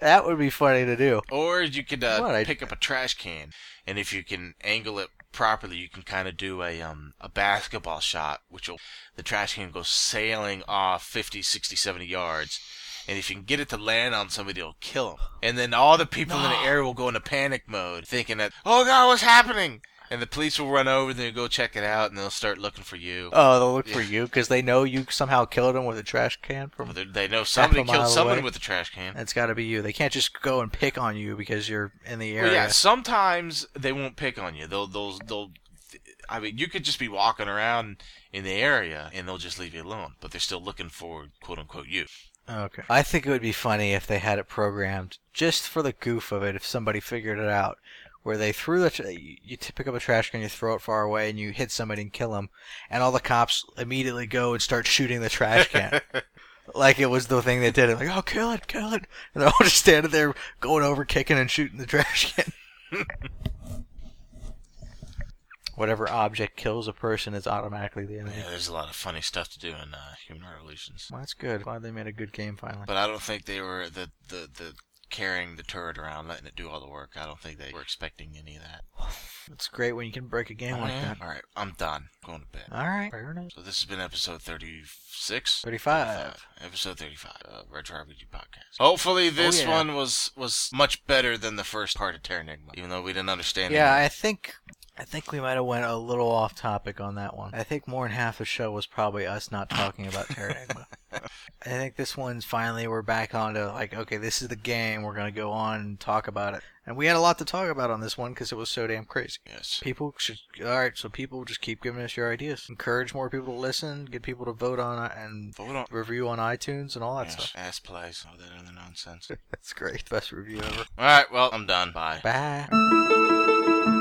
that would be funny to do.
Or you could uh,
What, I-
pick up a trash can, and if you can angle it properly, you can kind of do a um a basketball shot, which will the trash can goes sailing off 50, 60, 70 yards. And if you can get it to land on somebody, it'll kill them. And then all the people in the area will go into panic mode, thinking that, oh god, what's happening? And the police will run over, then go check it out, and they'll start looking for you.
Oh, they'll look for you because they know you somehow killed them with a trash can. From
But they- They know somebody
mile
killed someone
away.
with a trash can.
it's got to be you. They can't just go and pick on you because you're in the area.
Well, yeah, sometimes they won't pick on you. They'll they'll they'll. I mean, you could just be walking around in the area and they'll just leave you alone, but they're still looking for quote unquote you.
Okay. I think it would be funny if they had it programmed just for the goof of it. If somebody figured it out, where they threw the tr you you t- pick up a trash can, you throw it far away, and you hit somebody and kill them, and all the cops immediately go and start shooting the trash can. Like it was the thing they did. Like, oh, kill it, kill it. And they're all just standing there going over, kicking and shooting the trash can. Whatever object kills a person is automatically the enemy.
Yeah, there's a lot of funny stuff to do in uh, human relations,
Well, that's good. Glad they made a good game finally.
but I don't think they were the the the carrying the turret around, letting it do all the work. I don't think they were expecting any of that.
It's great when you can break a game like that.
All right, I'm done. Going to bed.
All right. Fair enough.
So this has been episode 36?
35.
Episode 35 of Retro RPG Podcast. Hopefully this
Oh, yeah.
one was was much better than the first part of Terra Nigma, even though we didn't understand
Yeah,
it.
I think I think we might have went a little off topic on that one. I think more than half the show was probably us not talking about Terranigma. I think this one's finally we're back onto like okay, this is the game. We're gonna go on and talk about it. And we had a lot to talk about on this one because it was so damn crazy.
Yes.
People should all right. So people just keep giving us your ideas. Encourage more people to listen. Get people to vote on it and
Vote on
review on iTunes and all that
yes.
stuff.
ass plays, all that other nonsense.
That's great. Best review ever.
All right, well, I'm done. Bye.
Bye.